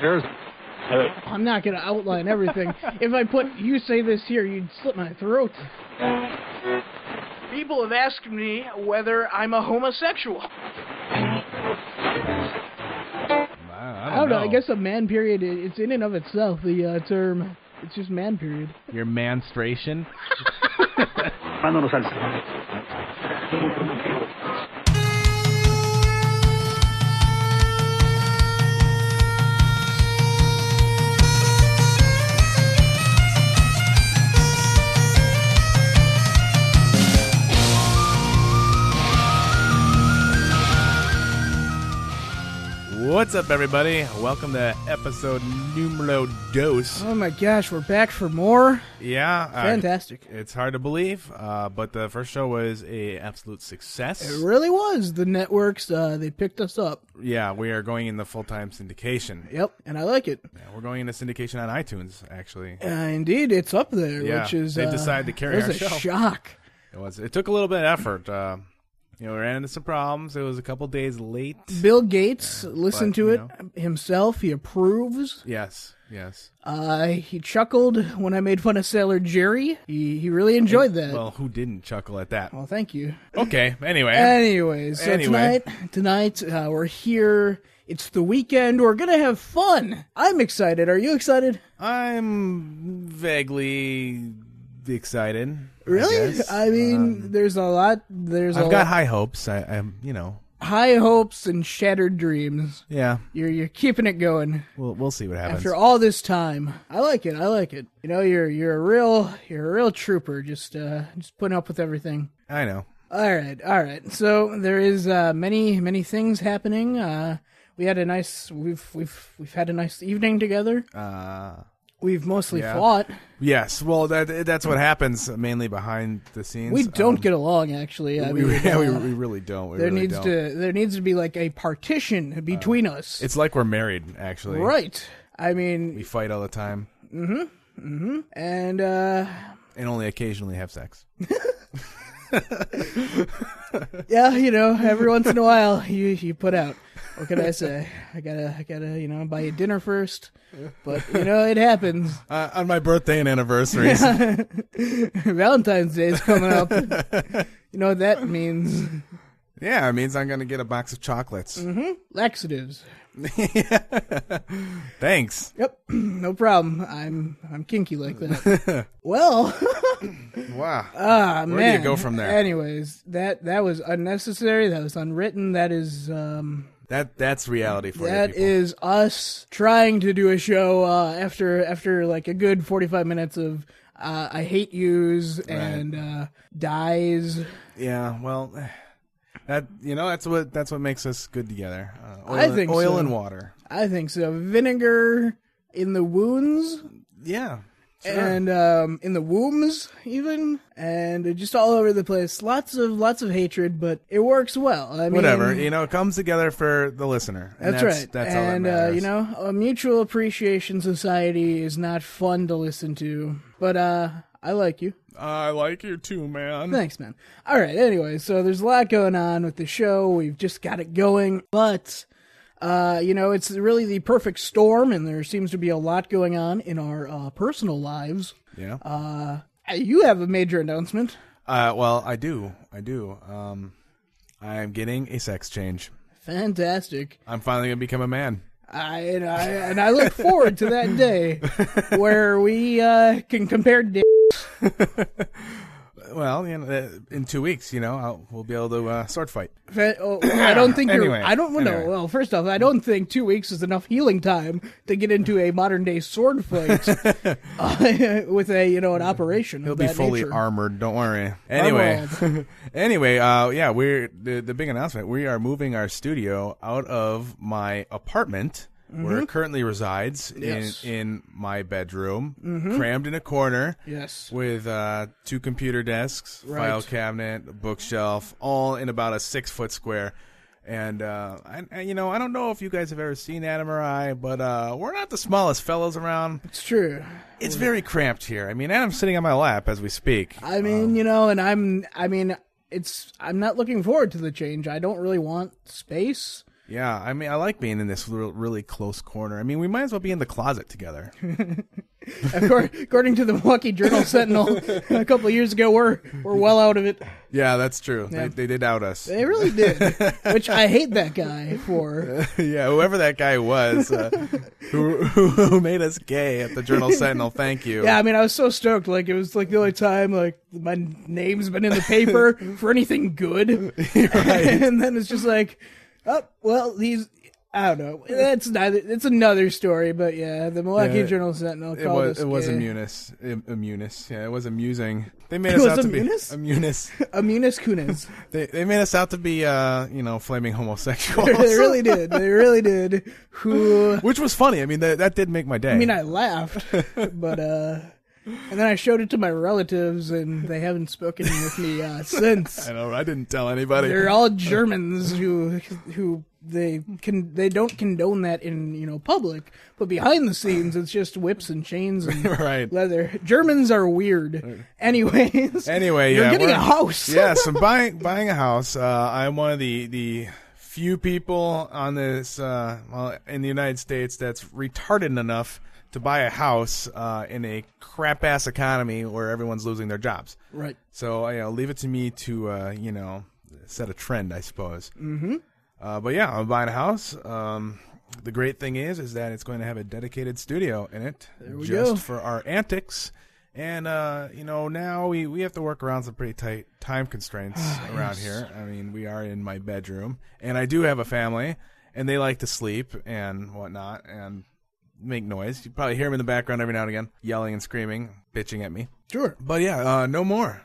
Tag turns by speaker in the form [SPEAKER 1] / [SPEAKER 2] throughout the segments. [SPEAKER 1] Here's
[SPEAKER 2] I'm not going to outline everything. if I put you say this here, you'd slit my throat. People have asked me whether I'm a homosexual.
[SPEAKER 3] I,
[SPEAKER 2] I don't know. I guess a man period, i- it's in and of itself, the uh, term. It's just man period.
[SPEAKER 3] your menstruation. What's up, everybody? Welcome to episode numero dos.
[SPEAKER 2] Oh my gosh, we're back for more?
[SPEAKER 3] Yeah, uh,
[SPEAKER 2] Fantastic.
[SPEAKER 3] it's hard to believe, uh, but the first show was a absolute success.
[SPEAKER 2] It really was. The networks, uh, they picked us up.
[SPEAKER 3] Yeah, we are going into full time syndication.
[SPEAKER 2] Yep, and I like it.
[SPEAKER 3] Yeah, we're going into syndication on iTunes. Actually,
[SPEAKER 2] Uh, indeed, it's up there,
[SPEAKER 3] Yeah,
[SPEAKER 2] which is
[SPEAKER 3] they
[SPEAKER 2] uh,
[SPEAKER 3] decided to carry
[SPEAKER 2] it was
[SPEAKER 3] our
[SPEAKER 2] a
[SPEAKER 3] show.
[SPEAKER 2] shock.
[SPEAKER 3] it was. It took a little bit of effort. Uh, you know, we ran into some problems. It was a couple days late.
[SPEAKER 2] Bill Gates listened
[SPEAKER 3] but,
[SPEAKER 2] to
[SPEAKER 3] you
[SPEAKER 2] it himself. He approves.
[SPEAKER 3] Yes, yes.
[SPEAKER 2] Uh, he chuckled when I made fun of Sailor Jerry. He he really enjoyed that. Well,
[SPEAKER 3] Well, who didn't chuckle at that?
[SPEAKER 2] thank you.
[SPEAKER 3] Okay. Anyway,
[SPEAKER 2] Anyways, so
[SPEAKER 3] Anyway.
[SPEAKER 2] tonight tonight uh, we're here. It's the weekend. We're gonna have fun. I'm excited. Are you excited?
[SPEAKER 3] I'm vaguely excited. I
[SPEAKER 2] Really?
[SPEAKER 3] guess. Um,
[SPEAKER 2] I, mean, there's a lot. There's a
[SPEAKER 3] I've got
[SPEAKER 2] lot,
[SPEAKER 3] high hopes. I, I'm, you know,
[SPEAKER 2] high hopes and shattered dreams.
[SPEAKER 3] yeah.
[SPEAKER 2] You're you're keeping it going.
[SPEAKER 3] We'll we'll see what happens.
[SPEAKER 2] After all this time, I like it. I like it. You know, you're you're a real you're a real trooper. Just uh, just putting up with everything.
[SPEAKER 3] I know.
[SPEAKER 2] All right, all right. So there is uh, many many things happening. Uh, we had a nice we've we've we've had a nice evening together.
[SPEAKER 3] Uh,
[SPEAKER 2] We've mostly
[SPEAKER 3] Yeah.
[SPEAKER 2] fought.
[SPEAKER 3] yes. Well, that that's what happens mainly behind the scenes.
[SPEAKER 2] We don't
[SPEAKER 3] Um,
[SPEAKER 2] get along actually. I
[SPEAKER 3] We,
[SPEAKER 2] mean,
[SPEAKER 3] yeah, we,
[SPEAKER 2] uh,
[SPEAKER 3] we really don't. We
[SPEAKER 2] there
[SPEAKER 3] really
[SPEAKER 2] needs
[SPEAKER 3] don't. Uh,
[SPEAKER 2] to there needs to be like a partition between us.
[SPEAKER 3] It's like we're married, actually.
[SPEAKER 2] right. I mean,
[SPEAKER 3] We fight all the time
[SPEAKER 2] and uh,
[SPEAKER 3] and only occasionally have sex.
[SPEAKER 2] yeah, you know, every once in a while you you put out. What can I say? I gotta I gotta you know buy you dinner first, but you know it happens.
[SPEAKER 3] Uh, on my birthday and anniversaries.
[SPEAKER 2] Valentine's Day is coming up. you know what that means?
[SPEAKER 3] yeah, it means I'm gonna get a box of chocolates.
[SPEAKER 2] Mm-hmm. Laxatives.
[SPEAKER 3] Thanks.
[SPEAKER 2] Yep, no problem. I'm I'm kinky like that. well,
[SPEAKER 3] Wow.
[SPEAKER 2] ah man.
[SPEAKER 3] do you go from there?
[SPEAKER 2] Anyways, that that was unnecessary. That was unwritten. That is um
[SPEAKER 3] that that's reality for
[SPEAKER 2] that
[SPEAKER 3] you. people.
[SPEAKER 2] is us trying to do a show uh, after after like a good 45 minutes of uh, I hate yous and uh, dies.
[SPEAKER 3] Yeah, well, that you know that's what that's what makes us good together. Uh, oil
[SPEAKER 2] I
[SPEAKER 3] and-
[SPEAKER 2] think
[SPEAKER 3] oil
[SPEAKER 2] so.
[SPEAKER 3] and water.
[SPEAKER 2] I think so. Vinegar in the wounds.
[SPEAKER 3] Yeah,
[SPEAKER 2] and um, in the wombs even and just all over the place lots of lots of hatred but it works well I mean,
[SPEAKER 3] whatever you know, it comes together for the listener. and
[SPEAKER 2] that's, right
[SPEAKER 3] That's all that
[SPEAKER 2] and
[SPEAKER 3] matters.
[SPEAKER 2] uh, you know a mutual appreciation society is not fun to listen to but uh I like you
[SPEAKER 3] I like you too, man.
[SPEAKER 2] thanks man all right anyway so there's a lot going on with the show we've just got it going but uh, you know, it's really the perfect storm, and there seems to be a lot going on in our uh, personal lives.
[SPEAKER 3] Yeah.
[SPEAKER 2] Uh, You have a major announcement.
[SPEAKER 3] Uh, well, I do. I do. Um, I am getting a sex change.
[SPEAKER 2] Fantastic.
[SPEAKER 3] I'm finally gonna become a man.
[SPEAKER 2] I, and I and I look forward to that day where we uh, can compare. Di-
[SPEAKER 3] Well, you know, uh, in two weeks, you know, I'll, we'll be able to uh, sword fight.
[SPEAKER 2] oh, I don't think you're.
[SPEAKER 3] Anyway,
[SPEAKER 2] I don't know.
[SPEAKER 3] anyway.
[SPEAKER 2] Well, first off, I don't think two weeks is enough healing time to get into a modern day sword fight uh, with a you know an operation.
[SPEAKER 3] He'll
[SPEAKER 2] of
[SPEAKER 3] be
[SPEAKER 2] that
[SPEAKER 3] fully
[SPEAKER 2] nature.
[SPEAKER 3] armored. Don't worry. Anyway, anyway, uh, yeah, we're the, the big announcement. We are moving our studio out of my apartment where it currently resides
[SPEAKER 2] Mm-hmm. Yes. Mm-hmm.
[SPEAKER 3] in in my bedroom, crammed in a corner.
[SPEAKER 2] Yes.
[SPEAKER 3] With uh, two computer desks, file
[SPEAKER 2] Right.
[SPEAKER 3] cabinet, a bookshelf, all in about a six foot square. And, uh, I, I- you know, I don't know if you guys have ever seen Adam or I, but uh, we're not the smallest fellows around.
[SPEAKER 2] It's true.
[SPEAKER 3] It's very cramped here. I mean, Adam's sitting on my lap as we speak.
[SPEAKER 2] I mean, you know, and I'm. I mean, it's. I'm not looking forward to the change. I don't really want space.
[SPEAKER 3] Yeah, I mean, I like being in this real, really close corner. I mean, we might as well be in the closet together.
[SPEAKER 2] Accor- According to the Milwaukee Journal Sentinel, a couple of years ago, we're we're well out of it.
[SPEAKER 3] yeah, that's true. They, they did out us.
[SPEAKER 2] They really did, which I hate that guy for.
[SPEAKER 3] yeah, whoever that guy was uh, who, who made us gay at the Journal Sentinel, thank you.
[SPEAKER 2] Yeah, I mean, I was so stoked. Like it was like the only time like my name's been in the paper for anything good, and then it's just like, oh well, these. I don't know. That's neither. It's another story, but yeah, the Milwaukee
[SPEAKER 3] Yeah,
[SPEAKER 2] Journal Sentinel called
[SPEAKER 3] It was
[SPEAKER 2] us
[SPEAKER 3] it was
[SPEAKER 2] gay.
[SPEAKER 3] immunis, Im- immunis. Yeah, it was amusing. They made
[SPEAKER 2] It
[SPEAKER 3] us
[SPEAKER 2] was
[SPEAKER 3] out to
[SPEAKER 2] immunis?
[SPEAKER 3] be immunis.
[SPEAKER 2] Amunis Kunis.
[SPEAKER 3] They they made us out to be uh you know flaming homosexuals.
[SPEAKER 2] they really did. They really did. Who?
[SPEAKER 3] Which was funny. I mean, that, that did make my day.
[SPEAKER 2] I mean, I laughed, but uh, and then I showed it to my relatives, and they haven't spoken with me uh, since.
[SPEAKER 3] I know. I didn't tell anybody.
[SPEAKER 2] They're all Germans who who they can they don't condone that in you know public, but behind the scenes it's just whips and chains and
[SPEAKER 3] right.
[SPEAKER 2] leather. Germans are weird. Anyways,
[SPEAKER 3] Anyway,
[SPEAKER 2] you're
[SPEAKER 3] yeah,
[SPEAKER 2] getting
[SPEAKER 3] we're-
[SPEAKER 2] a house.
[SPEAKER 3] yes, I'm buying buying a house. Uh, I'm one of the the few people on this uh, well, in the United States that's retarded enough to buy a house uh, in a crap ass economy where everyone's losing their jobs.
[SPEAKER 2] right.
[SPEAKER 3] So you know, leave it to me to uh, you know set a trend, I suppose. Mm-hmm. Uh, but yeah, I'm buying a house. Um, the great thing is, is that it's going to have a dedicated studio in it
[SPEAKER 2] we
[SPEAKER 3] just
[SPEAKER 2] go.
[SPEAKER 3] for our antics. And uh, you know, now we, we have to work around some pretty tight time constraints around here. I mean, we are in my bedroom, and I do have a family, and they like to sleep and whatnot, and make noise. You probably hear them in the background every now and again, yelling and screaming, bitching at me.
[SPEAKER 2] Sure.
[SPEAKER 3] But yeah, uh, no more.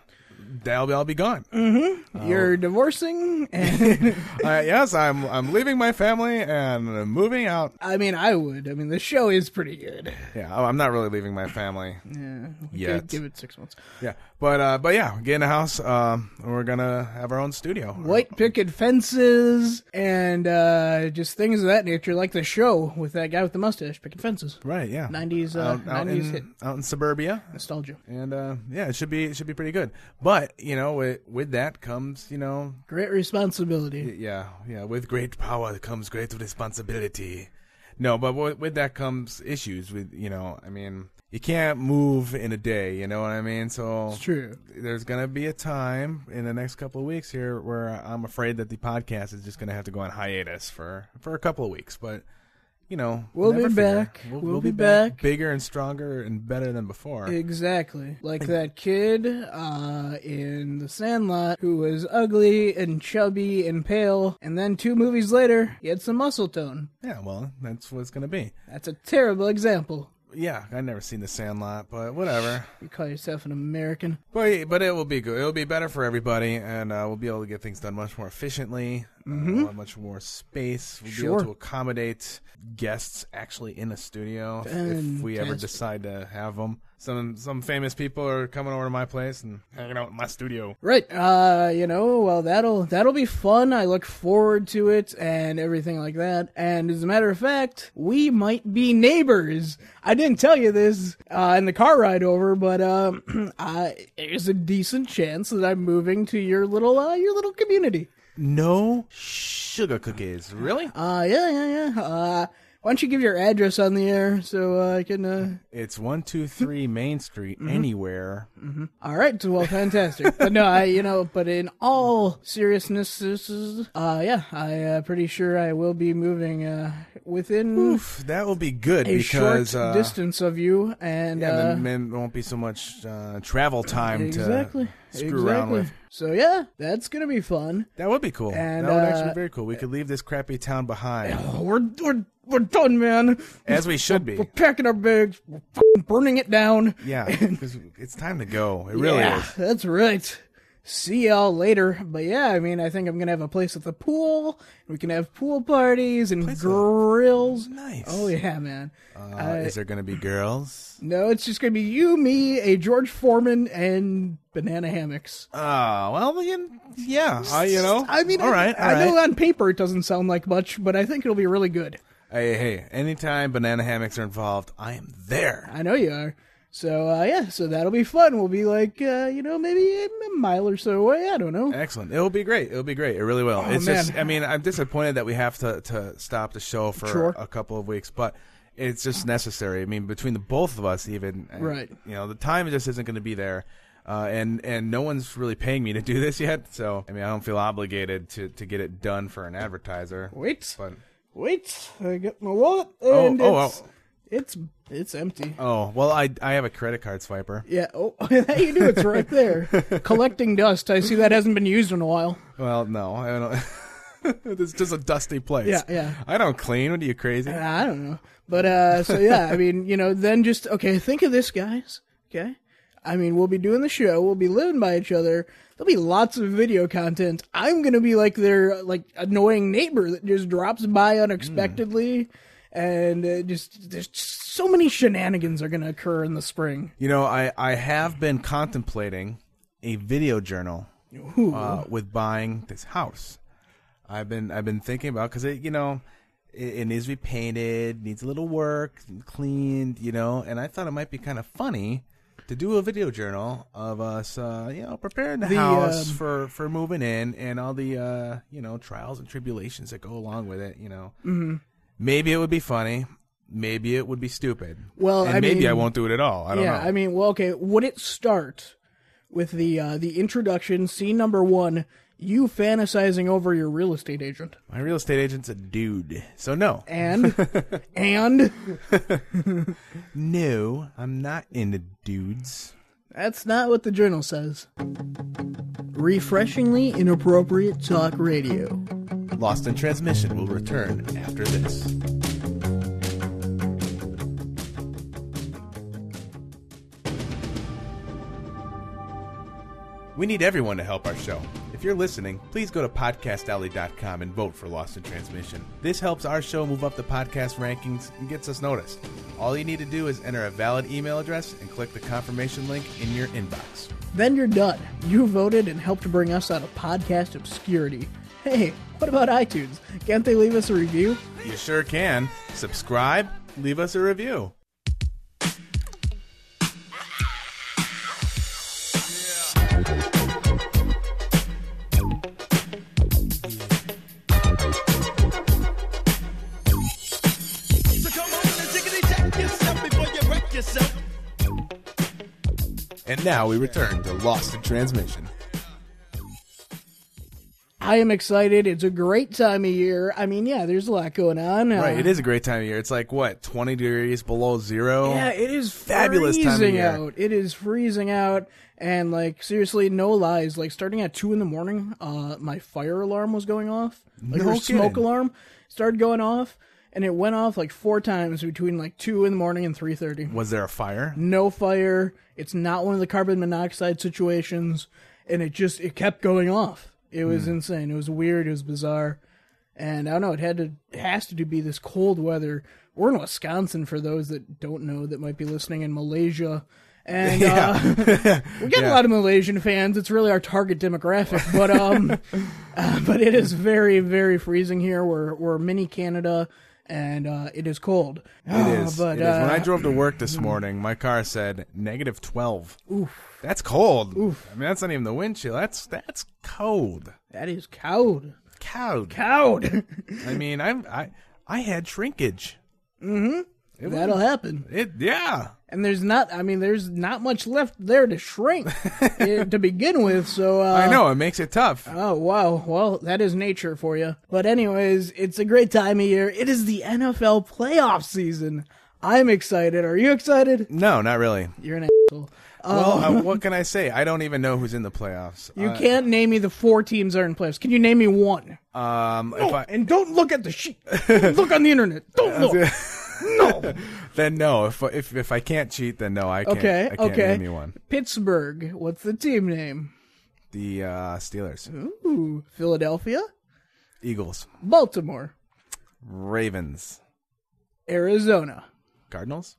[SPEAKER 3] I'll be, I'll be gone. Oh.
[SPEAKER 2] You're divorcing and
[SPEAKER 3] Uh, yes, I'm I'm leaving my family and uh, moving out.
[SPEAKER 2] I mean, I would. I mean, the show is pretty good.
[SPEAKER 3] Yeah, oh, I'm not really leaving my family.
[SPEAKER 2] Yeah. we
[SPEAKER 3] Yet.
[SPEAKER 2] could Give it six months.
[SPEAKER 3] Yeah, but uh, but yeah, getting a house. Um, we're gonna have our own studio.
[SPEAKER 2] White picket fences and uh, just things of that nature, like the show with that guy with the mustache picking fences.
[SPEAKER 3] Right. Yeah.
[SPEAKER 2] 90s, uh,
[SPEAKER 3] out, out
[SPEAKER 2] 90s
[SPEAKER 3] in,
[SPEAKER 2] hit.
[SPEAKER 3] out in suburbia,
[SPEAKER 2] Nostalgia.
[SPEAKER 3] and uh, yeah, it should be it should be pretty good. But you know, with, with that comes you know,
[SPEAKER 2] Great responsibility.
[SPEAKER 3] yeah, yeah, with great power comes great responsibility. No, but with, with that comes issues. With you know, I mean, you can't move in a day. You know what I mean? So
[SPEAKER 2] It's true.
[SPEAKER 3] there's gonna be a time in the next couple of weeks here where I'm afraid that the podcast is just gonna have to go on hiatus for for a couple of weeks, but. You know,
[SPEAKER 2] We'll
[SPEAKER 3] never
[SPEAKER 2] be
[SPEAKER 3] fear.
[SPEAKER 2] back. We'll be back.
[SPEAKER 3] bigger and stronger and better than before.
[SPEAKER 2] Exactly. Like that kid uh, in The Sandlot who was ugly and chubby and pale, and then two movies later, he had some muscle tone.
[SPEAKER 3] yeah, well, that's what it's gonna be.
[SPEAKER 2] That's a terrible example.
[SPEAKER 3] Yeah, I've never seen The Sandlot, but whatever.
[SPEAKER 2] You call yourself an American.
[SPEAKER 3] But but it will be good. It'll be better for everybody, and uh, we'll be able to get things done much more efficiently. Uh, we'll have much more space. We'll be
[SPEAKER 2] Mm-hmm. Sure.
[SPEAKER 3] able to accommodate guests actually in a studio if- if we ever
[SPEAKER 2] Fantastic.
[SPEAKER 3] decide to have them. Some some famous people are coming over to my place and hanging out in my studio.
[SPEAKER 2] Right. Uh, you know, well that'll that'll be fun. I look forward to it and everything like that. And as a matter of fact, we might be neighbors. I didn't tell you this uh, in the car ride over, but um, I, there's a decent chance that I'm moving to your little uh, your little community.
[SPEAKER 3] No sugar cookies, really?
[SPEAKER 2] Uh, yeah, yeah, yeah. Uh, why don't you give your address on the air so uh, I can? Uh...
[SPEAKER 3] It's one two three Main Street.
[SPEAKER 2] Mm-hmm.
[SPEAKER 3] Anywhere.
[SPEAKER 2] All right. Well, fantastic. but no, I, you know, but in all seriousness, this is, uh, yeah, I, uh, pretty sure I will be moving, uh, within
[SPEAKER 3] Oof, that will be good
[SPEAKER 2] a
[SPEAKER 3] because
[SPEAKER 2] short
[SPEAKER 3] uh,
[SPEAKER 2] distance of you. And,
[SPEAKER 3] Yeah,
[SPEAKER 2] uh,
[SPEAKER 3] then, then there won't be so much uh, travel time
[SPEAKER 2] exactly.
[SPEAKER 3] to screw
[SPEAKER 2] exactly.
[SPEAKER 3] around with.
[SPEAKER 2] So yeah, that's going to be fun.
[SPEAKER 3] That would be cool.
[SPEAKER 2] And,
[SPEAKER 3] that would
[SPEAKER 2] uh,
[SPEAKER 3] actually be very cool. We could leave this crappy town behind,
[SPEAKER 2] Oh, we're, we're, we're done, man.
[SPEAKER 3] as we should be.
[SPEAKER 2] We're packing our bags. We're f***ing burning it down.
[SPEAKER 3] Yeah, 'cause it's time to go. It really
[SPEAKER 2] yeah,
[SPEAKER 3] is.
[SPEAKER 2] that's right. See y'all later. But yeah, I mean, I think I'm gonna have a place at the pool. We can have pool parties and grills.
[SPEAKER 3] Nice.
[SPEAKER 2] Oh yeah, man.
[SPEAKER 3] Uh, is there going to be girls?
[SPEAKER 2] No, it's just gonna be you, me, a George Foreman, and banana hammocks.
[SPEAKER 3] Oh,
[SPEAKER 2] Uh,
[SPEAKER 3] well, you, yeah. Uh, you know.
[SPEAKER 2] I mean,
[SPEAKER 3] all right.
[SPEAKER 2] I,
[SPEAKER 3] all
[SPEAKER 2] I know
[SPEAKER 3] right.
[SPEAKER 2] on paper it doesn't sound like much, but I think it'll be really good.
[SPEAKER 3] Hey, hey. Anytime banana hammocks are involved, I am there.
[SPEAKER 2] I know you are. So uh, yeah, so that'll be fun. We'll be like uh, you know maybe a mile or so away. I don't know.
[SPEAKER 3] Excellent. It'll be great. It'll be great. It really will. it's just
[SPEAKER 2] Oh, man.
[SPEAKER 3] I mean, I'm disappointed that we have to to stop the show for
[SPEAKER 2] Sure.
[SPEAKER 3] a couple of weeks, but it's just necessary. I mean, between the both of us even and,
[SPEAKER 2] Right.
[SPEAKER 3] You know, the time just isn't going to be there. Uh, and and no one's really paying me to do this yet, so I mean I don't feel obligated to, to get it done for an advertiser.
[SPEAKER 2] Wait,
[SPEAKER 3] But
[SPEAKER 2] wait. I got my wallet and
[SPEAKER 3] oh,
[SPEAKER 2] it's,
[SPEAKER 3] oh.
[SPEAKER 2] it's it's empty.
[SPEAKER 3] oh well, I I have a credit card swiper.
[SPEAKER 2] Yeah. Oh, that you do. It's right there. Collecting dust. I see that hasn't been used in a while.
[SPEAKER 3] Well, no, I don't. it's just a dusty place.
[SPEAKER 2] Yeah, yeah.
[SPEAKER 3] I don't clean. What are you crazy?
[SPEAKER 2] I don't know. But uh so yeah, I mean, you know, then just okay, think of this guys, okay? I mean, we'll be doing the show, we'll be living by each other. There'll be lots of video content. I'm going to be like their like annoying neighbor that just drops by unexpectedly
[SPEAKER 3] Hmm.
[SPEAKER 2] and uh, just there's so many shenanigans are going to occur in the spring.
[SPEAKER 3] You know, I, I have been contemplating a video journal uh, with buying this house. I've been I've been thinking about because it you know it, it needs to be painted, needs a little work, cleaned, you know. And I thought it might be kind of funny to do a video journal of us, uh, you know, preparing the, house
[SPEAKER 2] um,
[SPEAKER 3] for for moving in and all the uh, you know trials and tribulations that go along with it. You know,
[SPEAKER 2] Mm-hmm.
[SPEAKER 3] maybe it would be funny. Maybe it would be stupid.
[SPEAKER 2] Well,
[SPEAKER 3] and
[SPEAKER 2] I
[SPEAKER 3] maybe
[SPEAKER 2] mean-
[SPEAKER 3] I won't do it at all. I don't
[SPEAKER 2] Yeah,
[SPEAKER 3] know.
[SPEAKER 2] I mean, well, okay. Would it start with the uh, the introduction, scene number one? You fantasizing over your real estate agent,
[SPEAKER 3] My real estate agent's a dude. So no.
[SPEAKER 2] and and
[SPEAKER 3] No, I'm not into dudes.
[SPEAKER 2] That's not what the journal says. Refreshingly inappropriate talk radio.
[SPEAKER 3] Lost in Transmission will return after this. We need everyone to help our show. If you're listening, please go to podcastalley.com and vote for Lost in Transmission. This helps our show move up the podcast rankings and gets us noticed. All you need to do is enter a valid email address and click the confirmation link in your inbox.
[SPEAKER 2] Then you're done. You voted and helped bring us out of podcast obscurity. Hey, what about iTunes? Can't they leave us a review?
[SPEAKER 3] You sure can. Subscribe, leave us a review.
[SPEAKER 1] So come on and jiggity jack yourself before you wreck yourself.
[SPEAKER 3] And now we return to Lost in Transmission.
[SPEAKER 2] I am excited. It's a great time of year. I mean, yeah, there's a lot going on. Uh,
[SPEAKER 3] Right, it is a great time of year. It's like what, 20 degrees below 0?
[SPEAKER 2] Yeah, it is
[SPEAKER 3] Fabulous time
[SPEAKER 2] freezing
[SPEAKER 3] of year.
[SPEAKER 2] out. It is freezing out, and like seriously, no lies. Like starting at two in the morning, uh, my fire alarm was going off. Like
[SPEAKER 3] No
[SPEAKER 2] her smoke
[SPEAKER 3] kidding.
[SPEAKER 2] alarm started going off, and it went off like four times between like two in the morning and three thirty.
[SPEAKER 3] Was there a fire?
[SPEAKER 2] No fire. It's not one of the carbon monoxide situations, and it just it kept going off. It
[SPEAKER 3] Hmm.
[SPEAKER 2] was insane. It was weird. It was bizarre, and I don't know. It had to it has to be this cold weather. We're in Wisconsin for those that don't know that might be listening in Malaysia, and uh, we got a lot of Malaysian fans. It's really our target demographic, but um, uh, but it is very very freezing here. We're we're mini Canada. And uh, it is cold.
[SPEAKER 3] It is.
[SPEAKER 2] But,
[SPEAKER 3] it is. When
[SPEAKER 2] uh,
[SPEAKER 3] I drove to work this morning, my car said negative 12. Oof. That's cold. Oof. I mean, that's not even the wind chill. That's that's cold.
[SPEAKER 2] that is cold.
[SPEAKER 3] Cold.
[SPEAKER 2] Cowed.
[SPEAKER 3] I mean, I'm I I had shrinkage.
[SPEAKER 2] That'll happen.
[SPEAKER 3] It yeah.
[SPEAKER 2] And there's not, I mean, there's not much left there to shrink eh, to begin with. So, uh,
[SPEAKER 3] I know, it makes it tough.
[SPEAKER 2] Oh, wow. Well, that is nature for you. But, anyways, it's a great time of year. It is the NFL playoff season. I'm excited. Are you excited?
[SPEAKER 3] no, not really.
[SPEAKER 2] You're an asshole. Um,
[SPEAKER 3] Well, uh, what can I say? I don't even know who's in the playoffs.
[SPEAKER 2] Oh. You can't name me the four teams that are in playoffs. Can you name me one?
[SPEAKER 3] Um, if I,
[SPEAKER 2] and don't look at the sheet. Don't look on the internet. Don't look. no.
[SPEAKER 3] then no. If if if I can't cheat, then no. I can't.
[SPEAKER 2] Okay.
[SPEAKER 3] I can't
[SPEAKER 2] Okay.
[SPEAKER 3] name you one.
[SPEAKER 2] Pittsburgh. What's the team name?
[SPEAKER 3] The uh, Steelers,
[SPEAKER 2] Ooh, Philadelphia,
[SPEAKER 3] Eagles,
[SPEAKER 2] Baltimore,
[SPEAKER 3] Ravens,
[SPEAKER 2] Arizona.
[SPEAKER 3] Cardinals.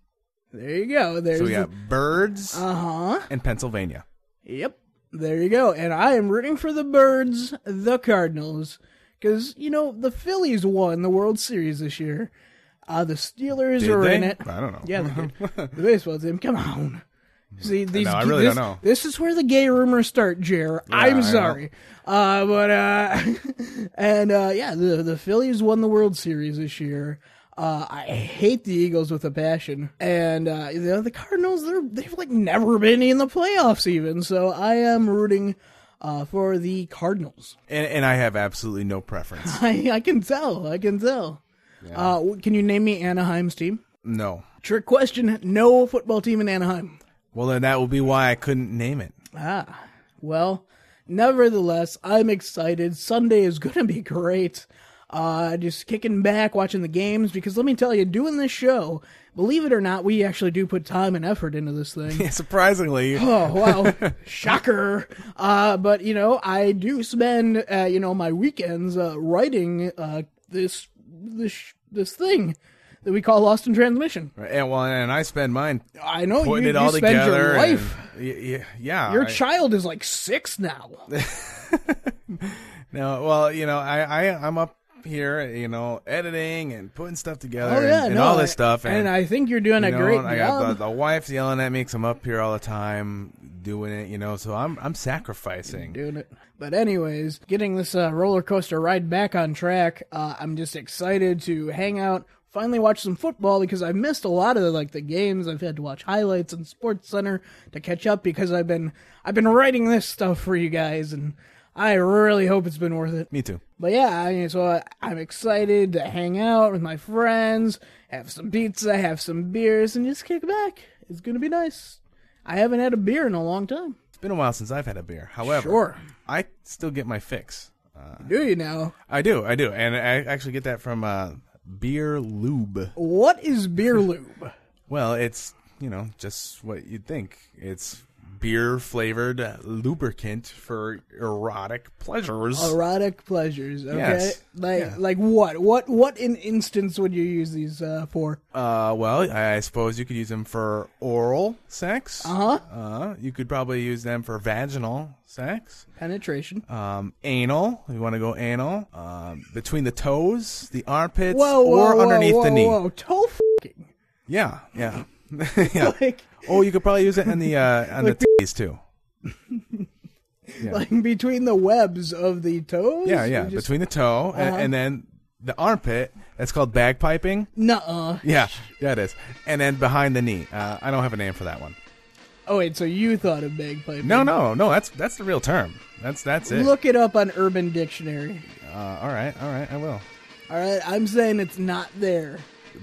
[SPEAKER 2] There you go. There's
[SPEAKER 3] So we got birds
[SPEAKER 2] uh huh.
[SPEAKER 3] and Pennsylvania.
[SPEAKER 2] Yep. There you go. And I am rooting for the Birds, the Cardinals, because you know the Phillies won the World Series this year. Uh, the Steelers
[SPEAKER 3] Did
[SPEAKER 2] are
[SPEAKER 3] they?
[SPEAKER 2] in it.
[SPEAKER 3] I don't know.
[SPEAKER 2] Yeah, they did. the baseball team. Come on. See, these,
[SPEAKER 3] know, I really
[SPEAKER 2] this,
[SPEAKER 3] don't know.
[SPEAKER 2] This is where the gay rumors start, Jer.
[SPEAKER 3] I know.
[SPEAKER 2] I'm sorry, uh, but uh, and uh, yeah, the the Phillies won the World Series this year. Uh, I hate the Eagles with a passion, and uh, you know, the Cardinals they're they've like never been in the playoffs even. So I am rooting uh, for the Cardinals.
[SPEAKER 3] And, and I have absolutely no preference.
[SPEAKER 2] I I can tell. I can tell. Uh, can you name me Anaheim's team?
[SPEAKER 3] No.
[SPEAKER 2] Trick question. No football team in Anaheim.
[SPEAKER 3] Well, then that will be why I couldn't name it.
[SPEAKER 2] Ah, well, nevertheless, I'm excited. Sunday is going to be great. Uh, just kicking back, watching the games, because let me tell you, doing this show, believe it or not, we actually do put time and effort into this thing.
[SPEAKER 3] Surprisingly,
[SPEAKER 2] oh, wow. Shocker. Uh, but, you know, I do spend, uh, you know, my weekends, uh, writing, uh, this, this, this thing that we call Lost in Transmission.
[SPEAKER 3] and well, and I spend mine
[SPEAKER 2] I know
[SPEAKER 3] putting
[SPEAKER 2] Oh, you,
[SPEAKER 3] it
[SPEAKER 2] you
[SPEAKER 3] all
[SPEAKER 2] spend
[SPEAKER 3] together. and-
[SPEAKER 2] your life.
[SPEAKER 3] y- y- yeah,
[SPEAKER 2] Your
[SPEAKER 3] I-
[SPEAKER 2] child is like six now.
[SPEAKER 3] No, well, you know, I, I I'm up here, you know, editing and putting stuff together
[SPEAKER 2] Oh yeah,
[SPEAKER 3] and, and
[SPEAKER 2] no,
[SPEAKER 3] all this
[SPEAKER 2] I-
[SPEAKER 3] stuff, and,
[SPEAKER 2] I think you're doing
[SPEAKER 3] you
[SPEAKER 2] a
[SPEAKER 3] know,
[SPEAKER 2] great
[SPEAKER 3] and I
[SPEAKER 2] job.
[SPEAKER 3] got the, the wife's yelling at me because I'm up here all the time doing it, you know. So I'm I'm sacrificing.
[SPEAKER 2] doing it. But anyways, getting this uh, roller coaster ride back on track. Uh, I'm just excited to hang out, finally watch some football because I missed a lot of like the games. I've had to watch highlights and Sports Center to catch up because I've been I've been writing this stuff for you guys, and I really hope it's been worth it.
[SPEAKER 3] Me too.
[SPEAKER 2] But yeah, I mean, so I, I'm excited to hang out with my friends, have some pizza, have some beers, and just kick back. It's gonna be nice. I haven't had a beer in a long time.
[SPEAKER 3] It's been a while since I've had a beer. However,
[SPEAKER 2] Sure.
[SPEAKER 3] I still get my fix.
[SPEAKER 2] Do you now?
[SPEAKER 3] I do, I do, and I actually get that from uh, beer lube.
[SPEAKER 2] What is beer lube?
[SPEAKER 3] Well, it's you know just what you'd think. It's beer flavored lubricant for erotic pleasures.
[SPEAKER 2] Oh, Erotic pleasures. Okay.
[SPEAKER 3] Yes.
[SPEAKER 2] Like
[SPEAKER 3] Yeah.
[SPEAKER 2] like what? What what in instance would you use these uh, for?
[SPEAKER 3] Uh, well, I suppose you could use them for oral sex. Uh-huh. You could probably use them for vaginal sex,
[SPEAKER 2] Penetration.
[SPEAKER 3] um, anal. If you want to go anal, um, between the toes, the armpits,
[SPEAKER 2] Whoa, whoa,
[SPEAKER 3] or
[SPEAKER 2] whoa,
[SPEAKER 3] underneath
[SPEAKER 2] whoa,
[SPEAKER 3] the knee.
[SPEAKER 2] Whoa, toe fing.
[SPEAKER 3] Yeah, yeah, yeah.
[SPEAKER 2] Like
[SPEAKER 3] Oh, you could probably use it in the uh, on the titties too.
[SPEAKER 2] like between the webs of the toes.
[SPEAKER 3] Yeah, yeah.
[SPEAKER 2] You Just, Uh-huh.
[SPEAKER 3] Between the toe a- and, then the armpit. That's called bagpiping.
[SPEAKER 2] nuh-uh.
[SPEAKER 3] Yeah, yeah, it is. And then behind the knee. Uh, I don't have a name for that one.
[SPEAKER 2] Oh wait, so you thought of bagpipe?
[SPEAKER 3] No, no, no. That's that's the real term. That's that's it.
[SPEAKER 2] Look it up on Urban Dictionary.
[SPEAKER 3] Uh, all right, all right, I will.
[SPEAKER 2] All right, I'm saying it's not there.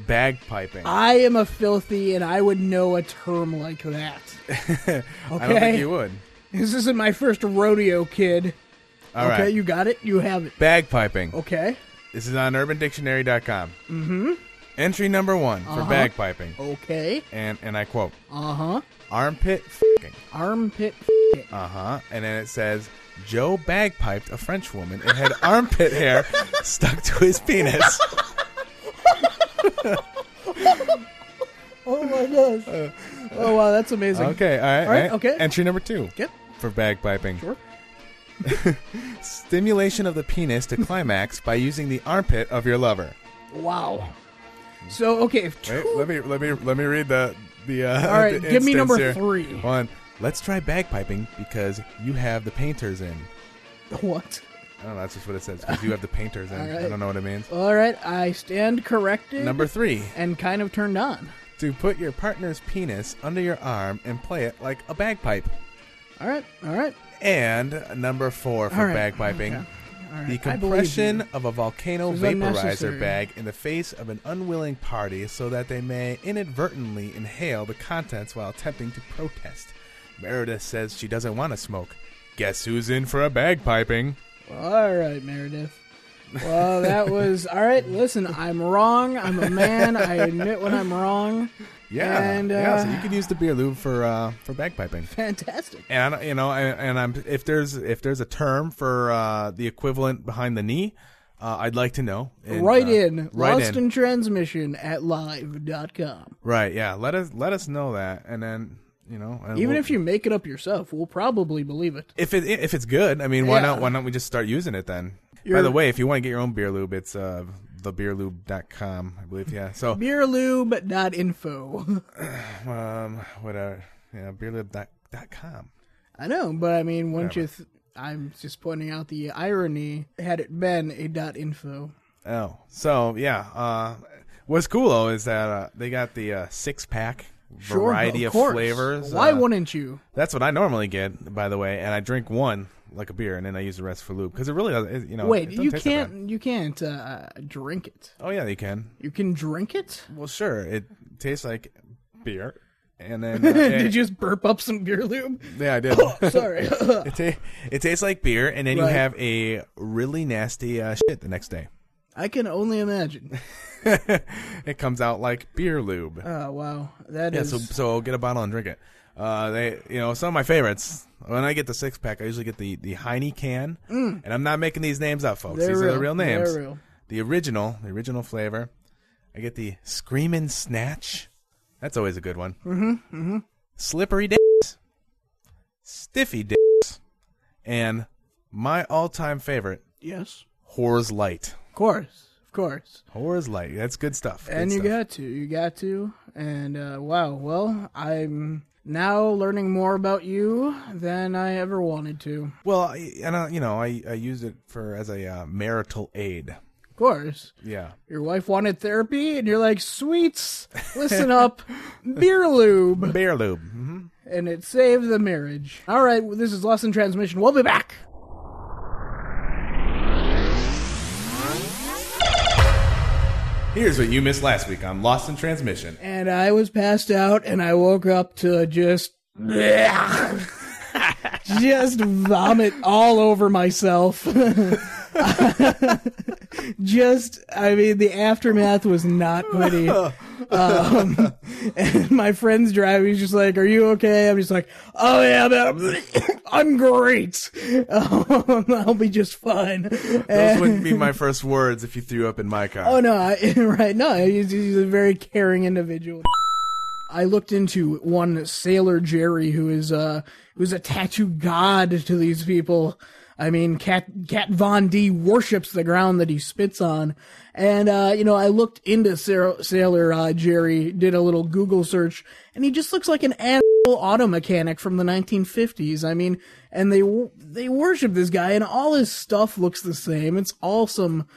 [SPEAKER 3] Bagpiping.
[SPEAKER 2] I am a filthy, and I would know a term like that.
[SPEAKER 3] I don't think
[SPEAKER 2] okay.
[SPEAKER 3] you would.
[SPEAKER 2] This isn't my first rodeo, kid.
[SPEAKER 3] All right.
[SPEAKER 2] okay, you Oh. got it. You have it.
[SPEAKER 3] bagpiping.
[SPEAKER 2] Okay.
[SPEAKER 3] This is on urbandictionary.com. Mm-hmm. Entry number one for
[SPEAKER 2] Uh-huh.
[SPEAKER 3] bagpiping.
[SPEAKER 2] Okay.
[SPEAKER 3] And and I quote,
[SPEAKER 2] Uh huh.
[SPEAKER 3] armpit f***ing.
[SPEAKER 2] Armpit. f-
[SPEAKER 3] Uh-huh. And then it says, Joe bagpiped a French woman and had armpit hair stuck to his penis.
[SPEAKER 2] Oh my gosh. Oh wow, that's amazing.
[SPEAKER 3] Okay, all right.
[SPEAKER 2] All right, okay.
[SPEAKER 3] Entry number two
[SPEAKER 2] Yep.
[SPEAKER 3] for bagpiping.
[SPEAKER 2] Sure.
[SPEAKER 3] Stimulation of the penis to climax by using the armpit of your lover.
[SPEAKER 2] Wow. So okay, if two,
[SPEAKER 3] Wait, let me let me let me read the the. Uh,
[SPEAKER 2] All right,
[SPEAKER 3] the
[SPEAKER 2] give me
[SPEAKER 3] instance
[SPEAKER 2] number
[SPEAKER 3] here.
[SPEAKER 2] three.
[SPEAKER 3] One. Let's try bagpiping because you have the painters in.
[SPEAKER 2] what?
[SPEAKER 3] I don't know. That's just what it says. Because you have the painters in.
[SPEAKER 2] All right.
[SPEAKER 3] I don't know what it means.
[SPEAKER 2] All right, I stand corrected
[SPEAKER 3] Number three.
[SPEAKER 2] and kind of turned on.
[SPEAKER 3] To put your partner's penis under your arm and play it like a bagpipe.
[SPEAKER 2] All right. All right.
[SPEAKER 3] And number four for
[SPEAKER 2] All right,
[SPEAKER 3] bagpiping.
[SPEAKER 2] okay. All right.
[SPEAKER 3] The
[SPEAKER 2] I believe
[SPEAKER 3] compression
[SPEAKER 2] you.
[SPEAKER 3] of a volcano
[SPEAKER 2] This is unnecessary.
[SPEAKER 3] vaporizer bag in the face of an unwilling party so that they may inadvertently inhale the contents while attempting to protest. Meredith says she doesn't want to smoke. Guess who's in for a bagpiping?
[SPEAKER 2] All right, Meredith. Well, that was all right. Listen, I'm wrong. I'm a man. I admit when I'm wrong.
[SPEAKER 3] Yeah,
[SPEAKER 2] And,
[SPEAKER 3] yeah. So
[SPEAKER 2] uh,
[SPEAKER 3] you could use the beer lube for uh, for bagpiping.
[SPEAKER 2] Fantastic.
[SPEAKER 3] And I- you know, and, and I'm if there's if there's a term for uh, the equivalent behind the knee, uh, I'd like to know. And,
[SPEAKER 2] Right
[SPEAKER 3] uh,
[SPEAKER 2] in
[SPEAKER 3] Write
[SPEAKER 2] lost in transmission at live.com.
[SPEAKER 3] Right, yeah. Let us let us know that, and then you know, and
[SPEAKER 2] Even
[SPEAKER 3] we'll-
[SPEAKER 2] if you make it up yourself, we'll probably believe it.
[SPEAKER 3] if it if it's good, I mean, why
[SPEAKER 2] Yeah.
[SPEAKER 3] not? Why not we just start using it then? By
[SPEAKER 2] You're-
[SPEAKER 3] the way, if you want to get your own beer lube, it's uh, thebeerlube.com, I believe. Yeah. So,
[SPEAKER 2] Beerlube.info.
[SPEAKER 3] um, whatever. Yeah, beerlube.com.
[SPEAKER 2] I know, but I mean, once you. Th- I'm just pointing out the irony. Had it been a dot info,
[SPEAKER 3] Oh, so yeah. Uh, what's cool though is that uh, they got the uh, six pack
[SPEAKER 2] sure,
[SPEAKER 3] variety
[SPEAKER 2] of,
[SPEAKER 3] of,
[SPEAKER 2] course.
[SPEAKER 3] flavors.
[SPEAKER 2] Why
[SPEAKER 3] Uh,
[SPEAKER 2] wouldn't you?
[SPEAKER 3] That's what I normally get, by the way, and I drink one like a beer, and then I use the rest for lube because it really doesn't. it- You know,
[SPEAKER 2] Wait,
[SPEAKER 3] oh, it doesn't
[SPEAKER 2] you
[SPEAKER 3] taste that bad.
[SPEAKER 2] can't. You can't uh, drink it.
[SPEAKER 3] Oh yeah, you can.
[SPEAKER 2] You can drink it.
[SPEAKER 3] Well, sure. It tastes like beer, and then uh, it-
[SPEAKER 2] Did you just burp up some beer lube?
[SPEAKER 3] Yeah, I did.
[SPEAKER 2] Oh, Sorry.
[SPEAKER 3] it, ta- it tastes like beer, and then
[SPEAKER 2] Right.
[SPEAKER 3] you have a really nasty uh, shit the next day.
[SPEAKER 2] I can only imagine.
[SPEAKER 3] it comes out like beer lube.
[SPEAKER 2] Oh wow, that
[SPEAKER 3] Yeah,
[SPEAKER 2] is
[SPEAKER 3] so so get a bottle and drink it. Uh, they, you know, some of my favorites. When I get the six pack, I usually get the the Heine can, and I'm not making these names up, folks.
[SPEAKER 2] Mm. They're
[SPEAKER 3] these are the
[SPEAKER 2] real.
[SPEAKER 3] real names.
[SPEAKER 2] They're real.
[SPEAKER 3] The original, the original flavor. I get the Screamin' Snatch. That's always a good one. Mm-hmm. Mm-hmm. Slippery dicks, stiffy dicks, and my all-time favorite,
[SPEAKER 2] yes,
[SPEAKER 3] Whore's Light.
[SPEAKER 2] of course, of course.
[SPEAKER 3] Whore's Light. That's good stuff. Good
[SPEAKER 2] and you
[SPEAKER 3] stuff.
[SPEAKER 2] got to, you got to, and uh, wow. Well, I'm now learning more about you than I ever wanted to.
[SPEAKER 3] well, I, and I, you know, I I used it for as a uh, marital aid.
[SPEAKER 2] Of course,
[SPEAKER 3] Yeah.
[SPEAKER 2] your wife wanted therapy, and you're like, sweets, listen up, beer lube,
[SPEAKER 3] Bear lube. hmm
[SPEAKER 2] and it saved the marriage. All right, well, this is Lost in Transmission. We'll be back.
[SPEAKER 3] Here's what you missed last week on Lost in Transmission.
[SPEAKER 2] And I was passed out, and I woke up to just. just vomit all over myself. just, I mean, the aftermath was not pretty. Um, and my friend's driving. He's just like, "Are you okay?" I'm just like, "Oh yeah, man, I'm great. Um, I'll be just fine."
[SPEAKER 3] Those wouldn't be my first words if you threw up in my car.
[SPEAKER 2] Oh no! I, right? No, he's, he's a very caring individual. I looked into one sailor Jerry who is uh who's a tattoo god to these people. I mean, Cat Cat Von D worships the ground that he spits on, and uh, you know, I looked into Sailor, sailor uh, Jerry, did a little Google search, and he just looks like an ass auto mechanic from the 1950s. I mean, and they they worship this guy, and all his stuff looks the same. It's all some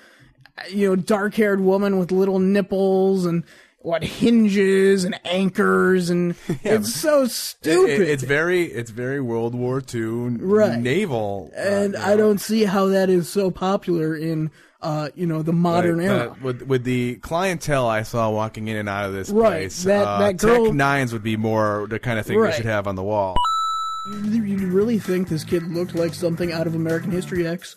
[SPEAKER 2] you know, dark haired woman with little nipples and what hinges and anchors and it's so
[SPEAKER 3] It-
[SPEAKER 2] stupid.
[SPEAKER 3] it's very, it's very World War II
[SPEAKER 2] Right.
[SPEAKER 3] naval. uh,
[SPEAKER 2] and I don't see how that is so popular in uh, you know, the modern
[SPEAKER 3] like,
[SPEAKER 2] era.
[SPEAKER 3] uh, with, with the clientele I saw walking in and out of this
[SPEAKER 2] Right,
[SPEAKER 3] place,
[SPEAKER 2] that-
[SPEAKER 3] uh,
[SPEAKER 2] that girl-
[SPEAKER 3] Tech Nines would be more the kind of thing
[SPEAKER 2] Right.
[SPEAKER 3] they should have on the wall.
[SPEAKER 2] You you really think this kid looked like something out of American History X,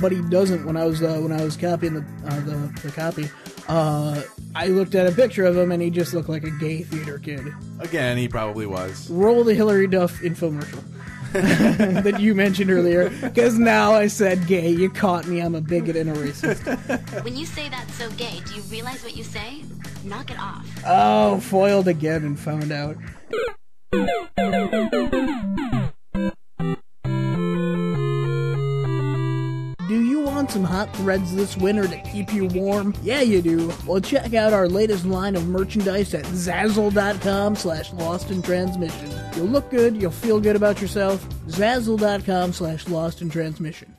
[SPEAKER 2] but he doesn't. When I was uh, when I was copying the uh, the, the copy, uh, I looked at a picture of him and he just looked like a gay theater kid.
[SPEAKER 3] Again, he probably was.
[SPEAKER 2] roll the Hillary Duff infomercial that you mentioned earlier. Because now I said gay, you caught me. I'm a bigot and a racist.
[SPEAKER 4] When you say that's so gay, do you realize what you say? Knock it off.
[SPEAKER 2] Oh, foiled again and found out. Do you want some hot threads this winter to keep you warm? Yeah, you do. Well, check out our latest line of merchandise at Zazzle.com slash Lost in Transmission. You'll look good, you'll feel good about yourself. Zazzle.com slash Lost in Transmission.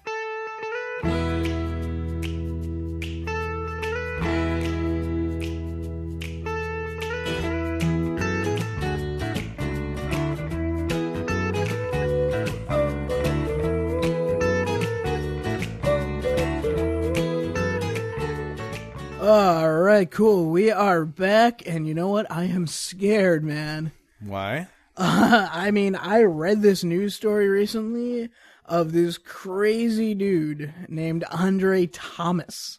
[SPEAKER 2] All right, cool. We are back, and you know what? I am scared, man.
[SPEAKER 3] Why?
[SPEAKER 2] I mean, I read this news story recently of this crazy dude named Andre Thomas.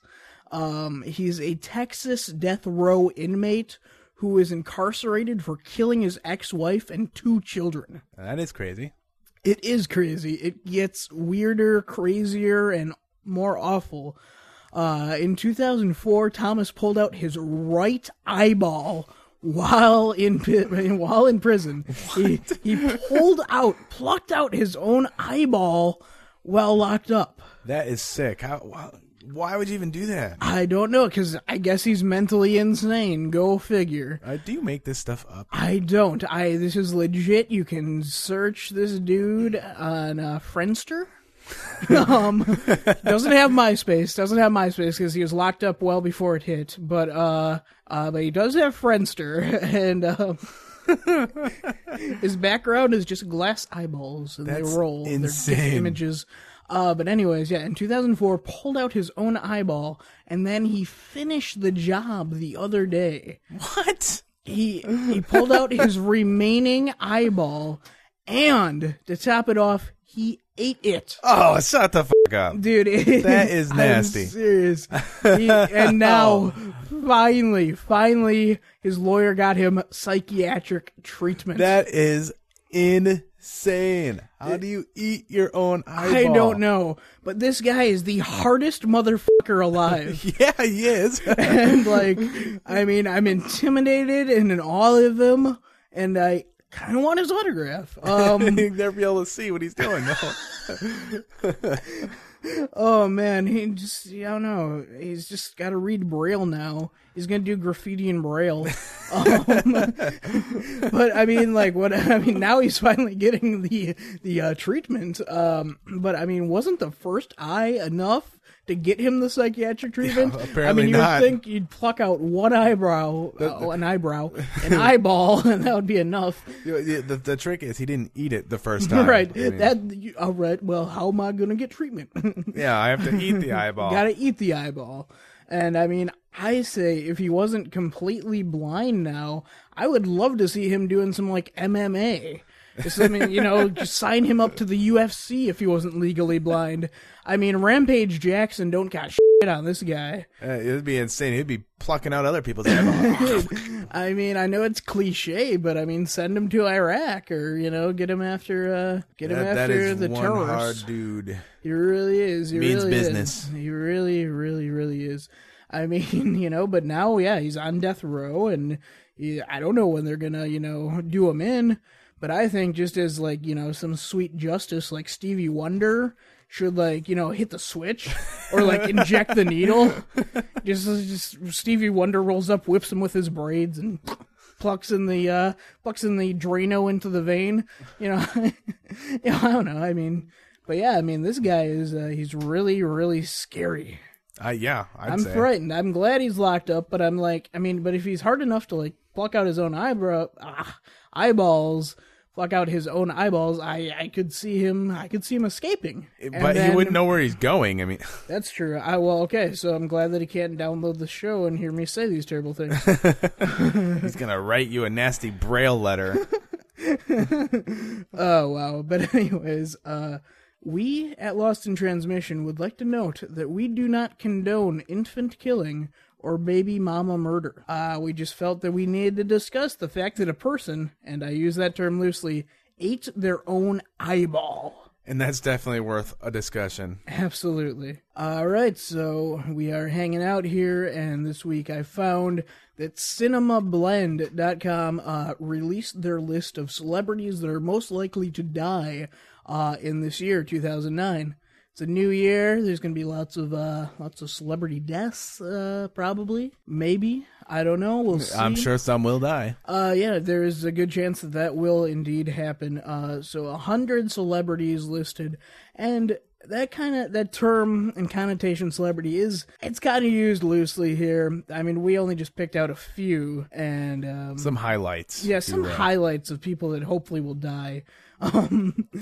[SPEAKER 2] Um, he's a Texas death row inmate who is incarcerated for killing his ex-wife and two children.
[SPEAKER 3] That is crazy.
[SPEAKER 2] It is crazy. It gets weirder, crazier, and more awful. Uh, in 2004, Thomas pulled out his right eyeball while in pi- while in prison. He, he pulled out, plucked out his own eyeball while locked up.
[SPEAKER 3] That is sick. How? wow. Why would you even do that?
[SPEAKER 2] I don't know because I guess he's mentally insane. Go figure.
[SPEAKER 3] I Uh, do make this stuff up.
[SPEAKER 2] I don't. I this is legit. You can search this dude on uh, Friendster. um, doesn't have MySpace. Doesn't have MySpace because he was locked up well before it hit. But uh, uh, but he does have Friendster, and uh, his background is just glass eyeballs, and
[SPEAKER 3] That's
[SPEAKER 2] they roll. They're just
[SPEAKER 3] insane.
[SPEAKER 2] images. Uh, but anyways, yeah, in 2004, pulled out his own eyeball, and then he finished the job the other day
[SPEAKER 3] What?
[SPEAKER 2] he he pulled out his remaining eyeball and to top it off he ate it
[SPEAKER 3] Oh, shut the fuck up.
[SPEAKER 2] dude it-
[SPEAKER 3] That is nasty. Oh.
[SPEAKER 2] I'm serious He- and now finally finally his lawyer got him psychiatric treatment
[SPEAKER 3] That is insane. How do you eat your own eyeball?
[SPEAKER 2] i don't know but this guy is the hardest motherfucker alive
[SPEAKER 3] Yeah, he is.
[SPEAKER 2] and like i mean i'm intimidated and in all of them and i kind of want his autograph um
[SPEAKER 3] You'd never be able to see what he's doing. No.
[SPEAKER 2] Oh man, he just I don't know. He's just got to read braille now. He's gonna do graffiti in braille. Um, but I mean, like, what? I mean, now he's finally getting the the uh, treatment. Um, but I mean, wasn't the first eye enough? To get him the psychiatric treatment,
[SPEAKER 3] apparently
[SPEAKER 2] I mean, you
[SPEAKER 3] not.
[SPEAKER 2] would think you'd pluck out one eyebrow, uh, an eyebrow, an eyeball, and that would be enough,
[SPEAKER 3] the, the, the trick is he didn't eat it the first time.
[SPEAKER 2] right?
[SPEAKER 3] I mean,
[SPEAKER 2] That you, all right. Well, how am I gonna get treatment?
[SPEAKER 3] yeah, I have to eat the eyeball.
[SPEAKER 2] Gotta eat the eyeball. And I mean, I say if he wasn't completely blind now, I would love to see him doing some like MMA. Just, I mean, you know, just sign him up to the UFC if he wasn't legally blind. I mean, Rampage Jackson don't got shit on this guy.
[SPEAKER 3] Uh, it'd be insane. He'd be plucking out other people's eyeballs.
[SPEAKER 2] I mean, I know it's cliche, but I mean, send him to Iraq or you know, get him after uh, get him
[SPEAKER 3] That- that
[SPEAKER 2] after
[SPEAKER 3] is
[SPEAKER 2] the
[SPEAKER 3] one
[SPEAKER 2] terrorists.
[SPEAKER 3] hard dude.
[SPEAKER 2] He really is. He
[SPEAKER 3] Means
[SPEAKER 2] really
[SPEAKER 3] business.
[SPEAKER 2] Is. He really, really, really is. I mean, you know, but now, yeah, he's on death row, and he, I don't know when they're gonna, you know, do him in. But I think just as like you know, some sweet justice, like Stevie Wonder should like you know hit the switch or like inject the needle. Just, just Stevie Wonder rolls up, whips him with his braids, and plucks in the uh plucks in the Drano into the vein. You know, you know, I don't know. I mean, but yeah, I mean, this guy is uh, he's really really scary.
[SPEAKER 3] Uh, yeah, I'd
[SPEAKER 2] I'm
[SPEAKER 3] say.
[SPEAKER 2] frightened. I'm glad he's locked up, but I'm like, I mean, but if he's hard enough to like pluck out his own eyebrow ah, eyeballs. Pluck out his own eyeballs. I I could see him. I could see him escaping. And
[SPEAKER 3] But he
[SPEAKER 2] then-
[SPEAKER 3] wouldn't know where he's going. I mean,
[SPEAKER 2] That's true. I well, okay. So I'm glad that he can't download the show and hear me say these terrible things.
[SPEAKER 3] he's gonna write you a nasty braille letter.
[SPEAKER 2] Oh wow! But anyways, uh, we at Lost in Transmission would like to note that we do not condone infant killing or baby mama murder. Uh, we just felt that we needed to discuss the fact that a person, and I use that term loosely, ate their own eyeball.
[SPEAKER 3] And that's definitely worth a discussion.
[SPEAKER 2] Absolutely. All right, so we are hanging out here, and this week I found that CinemaBlend.com uh, released their list of celebrities that are most likely to die uh, in this year, 2009. It's a new year. There's going to be lots of uh, lots of celebrity deaths, uh, probably, maybe. I don't know. We'll see.
[SPEAKER 3] I'm sure some will die.
[SPEAKER 2] Uh, yeah, there is a good chance that that will indeed happen. Uh, so a hundred celebrities listed, and that kind of that term and connotation celebrity is it's kind of used loosely here. I mean, we only just picked out a few, and um,
[SPEAKER 3] Some highlights.
[SPEAKER 2] yeah,
[SPEAKER 3] if you uh,
[SPEAKER 2] some
[SPEAKER 3] will.
[SPEAKER 2] highlights of people that hopefully will die. Um,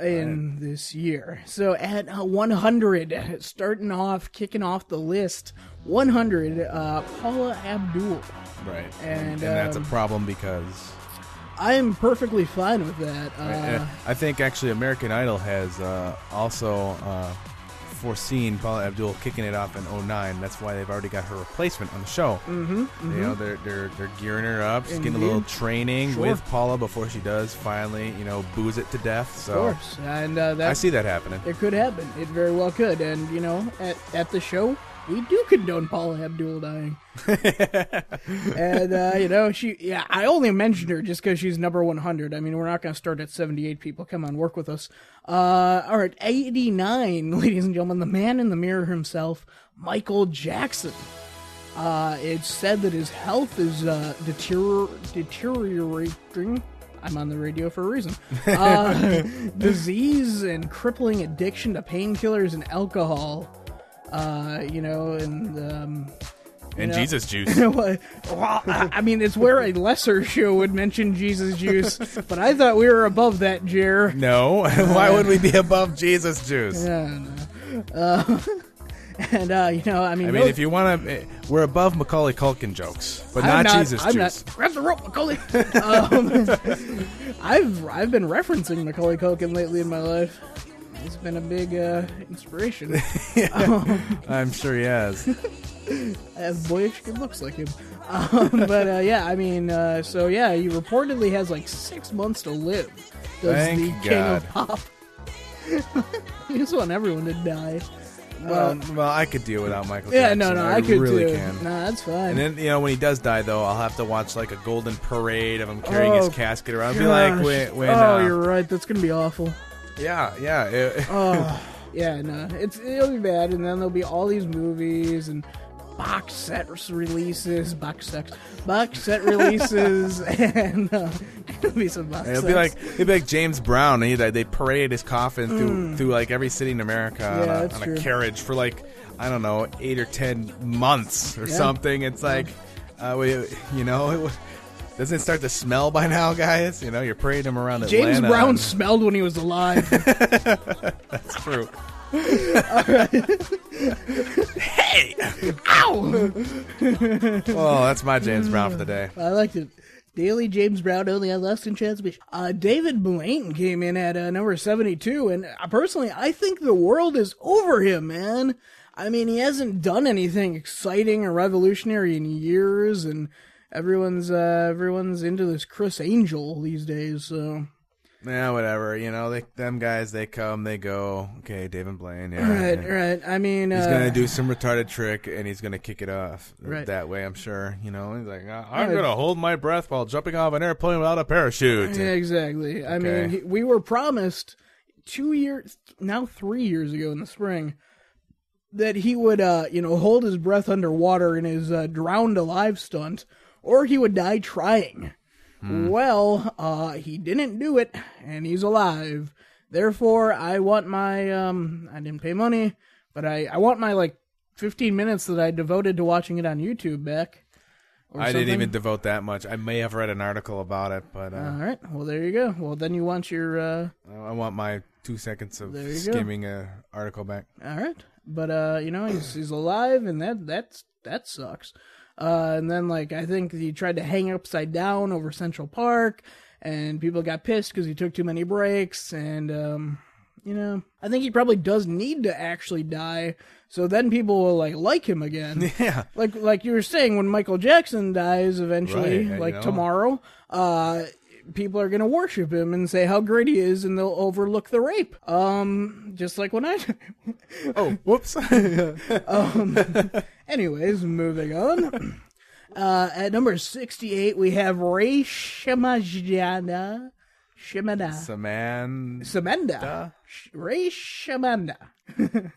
[SPEAKER 2] in this year. So at uh, 100, starting off, kicking off the list, 100, uh, Paula Abdul.
[SPEAKER 3] Right.
[SPEAKER 2] And,
[SPEAKER 3] that's a
[SPEAKER 2] um,
[SPEAKER 3] problem because
[SPEAKER 2] I am perfectly fine with that. Uh,
[SPEAKER 3] uh, I think actually American Idol has uh, also uh, foreseen Paula Abdul kicking it off in 09. That's why they've already got her replacement on the show. Mm-hmm, You know, they're, they're, they're gearing her up. She's getting a
[SPEAKER 2] Indeed.
[SPEAKER 3] little training
[SPEAKER 2] Sure.
[SPEAKER 3] with Paula before she does finally, you know, booze it to death. So
[SPEAKER 2] Of course, and uh,
[SPEAKER 3] I
[SPEAKER 2] that
[SPEAKER 3] see that happening.
[SPEAKER 2] it could happen. It very well could, and you know, at at the show, we do condone Paula Abdul dying. and uh, you know, she yeah, I only mentioned her just because she's number one hundred. I mean, we're not going to start at seventy eight people. Come on, work with us. Uh, all right, eighty nine, ladies and gentlemen, the man in the mirror himself, Michael Jackson. Uh, it's said that his health is uh, deterior- deteriorating. I'm on the radio for a reason. Uh, disease and crippling addiction to painkillers and alcohol. Uh, you know, and um,
[SPEAKER 3] and
[SPEAKER 2] Yeah.
[SPEAKER 3] Jesus juice.
[SPEAKER 2] well, I I mean, it's where a lesser show would mention Jesus juice, but I thought we were above that, Jer.
[SPEAKER 3] No, why would we be above Jesus juice?
[SPEAKER 2] Yeah, no. Uh, and uh, you know, I mean,
[SPEAKER 3] I mean, if you want to, we're above Macaulay Culkin jokes, but
[SPEAKER 2] I'm
[SPEAKER 3] not, Jesus
[SPEAKER 2] I'm
[SPEAKER 3] juice.
[SPEAKER 2] Not, grab the rope, Macaulay. um, I've I've been referencing Macaulay Culkin lately in my life. It's been a big uh, inspiration.
[SPEAKER 3] I'm sure he has.
[SPEAKER 2] as boyish good looks like him. Um, but uh, yeah, I mean, uh, so yeah, he reportedly has like six months to live. Does
[SPEAKER 3] Thank
[SPEAKER 2] the king of pop? you just want everyone to die.
[SPEAKER 3] well, well, I could deal without Michael.
[SPEAKER 2] Um, Yeah,
[SPEAKER 3] Jackson.
[SPEAKER 2] no, no, I, could
[SPEAKER 3] really
[SPEAKER 2] too.
[SPEAKER 3] can.
[SPEAKER 2] Nah, that's fine.
[SPEAKER 3] And then you know when he does die, though, I'll have to watch like a golden parade of him carrying
[SPEAKER 2] Oh,
[SPEAKER 3] his casket around. It'll Be like
[SPEAKER 2] Gosh.
[SPEAKER 3] when, when
[SPEAKER 2] oh,
[SPEAKER 3] uh,
[SPEAKER 2] you're right. That's gonna be awful.
[SPEAKER 3] yeah, yeah. it-
[SPEAKER 2] Oh, yeah, no, it's it'll be bad, and then there'll be all these movies and box set releases, box sets, box set releases, and uh, it'll be some box
[SPEAKER 3] It'll
[SPEAKER 2] sets.
[SPEAKER 3] be like it'll be like James Brown. He like, they parade his coffin through through like every city in America on
[SPEAKER 2] Mm. Yeah,
[SPEAKER 3] a-
[SPEAKER 2] that's
[SPEAKER 3] on, a,
[SPEAKER 2] true.
[SPEAKER 3] carriage for like I don't know eight or ten months or
[SPEAKER 2] Yeah.
[SPEAKER 3] something. It's like uh, we, you know it, wa- doesn't it start to smell by now, guys? You know you're parading him around
[SPEAKER 2] James
[SPEAKER 3] Atlanta.
[SPEAKER 2] Brown
[SPEAKER 3] and-
[SPEAKER 2] smelled when he was alive.
[SPEAKER 3] It's true.
[SPEAKER 2] Ow!
[SPEAKER 3] Oh, that's my James Brown for
[SPEAKER 2] Mm.
[SPEAKER 3] the day.
[SPEAKER 2] I liked it. Daily James Brown only on Last in Chance Beach. Uh, David Blaine came in at uh, number 72, and uh, personally, I think the world is over him, man. I mean, he hasn't done anything exciting or revolutionary in years, and everyone's uh, everyone's into this Chris Angel these days. So
[SPEAKER 3] Yeah, whatever. You know, they, them guys, they come, they go. Okay, David Blaine. Yeah,
[SPEAKER 2] right,
[SPEAKER 3] yeah.
[SPEAKER 2] right. I mean,
[SPEAKER 3] He's
[SPEAKER 2] uh,
[SPEAKER 3] gonna do some retarded trick and he's gonna kick it off
[SPEAKER 2] Right.
[SPEAKER 3] that way. I'm sure. You know, he's like, "I- I'm
[SPEAKER 2] Yeah.
[SPEAKER 3] gonna hold my breath while jumping off an airplane without a parachute.
[SPEAKER 2] Yeah, exactly. I
[SPEAKER 3] Okay.
[SPEAKER 2] mean, he, we were promised two years, now three years ago in the spring, that he would, uh, you know, hold his breath underwater in his uh, drowned alive stunt, or he would die trying. Well, uh, he didn't do it, and he's alive. Therefore, I want my, um, I didn't pay money, but I, I want my, like, 15 minutes that I devoted to watching it on YouTube back. or
[SPEAKER 3] I didn't
[SPEAKER 2] something.
[SPEAKER 3] even devote that much. I may have read an article about it, but
[SPEAKER 2] All
[SPEAKER 3] uh,
[SPEAKER 2] right. Well, there you go. Well, then you want your, uh,
[SPEAKER 3] I I want my two seconds of
[SPEAKER 2] There you go.
[SPEAKER 3] skimming a article back.
[SPEAKER 2] All right, but uh, you know he's he's alive, and that that's that sucks. Uh, and then like I think he tried to hang upside down over Central Park, and people got pissed because he took too many breaks. And um, you know I think he probably does need to actually die, so then people will like like him again.
[SPEAKER 3] Yeah.
[SPEAKER 2] Like like you were saying, when Michael Jackson dies eventually,
[SPEAKER 3] Right,
[SPEAKER 2] like
[SPEAKER 3] you know.
[SPEAKER 2] tomorrow, uh, people are gonna worship him and say how great he is, and they'll overlook the rape. Um, just like when I.
[SPEAKER 3] Oh, whoops.
[SPEAKER 2] Anyways, moving on. Uh, at number 68, we have Ray Shimajana. Shimada.
[SPEAKER 3] Saman.
[SPEAKER 2] Samenda. Sh- Ray Shimanda.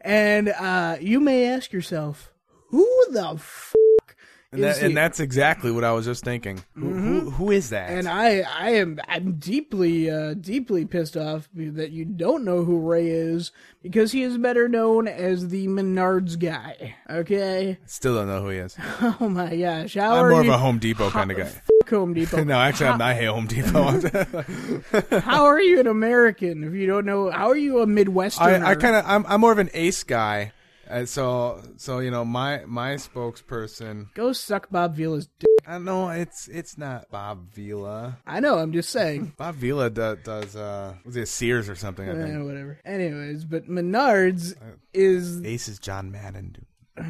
[SPEAKER 2] and uh, you may ask yourself, who the f-
[SPEAKER 3] And, that,
[SPEAKER 2] he- Mm-hmm.
[SPEAKER 3] and that's exactly what I was just thinking. Who, who, who is that?
[SPEAKER 2] And I, I am, I'm deeply, uh, deeply pissed off that you don't know who Ray is because he is better known as the Menards guy. Okay.
[SPEAKER 3] Still don't know who he is.
[SPEAKER 2] Oh my gosh. How
[SPEAKER 3] I'm
[SPEAKER 2] are
[SPEAKER 3] more of
[SPEAKER 2] you?
[SPEAKER 3] a Home Depot kind of guy.
[SPEAKER 2] F- Home Depot.
[SPEAKER 3] No, actually, I'm not Home Depot.
[SPEAKER 2] how are you an American if you don't know? How are you a Midwesterner?
[SPEAKER 3] I, I kind of I'm, I'm more of an ace guy, uh, so so you know my my spokesperson.
[SPEAKER 2] go suck Bob Vila's dick.
[SPEAKER 3] I know it's it's not Bob Vila.
[SPEAKER 2] I know. I'm just saying.
[SPEAKER 3] Bob Vila do, does uh was it Sears or something? I
[SPEAKER 2] Eh,
[SPEAKER 3] think Uh,
[SPEAKER 2] whatever. Anyways, but Menards is
[SPEAKER 3] Ace is John Madden. Dude.
[SPEAKER 2] All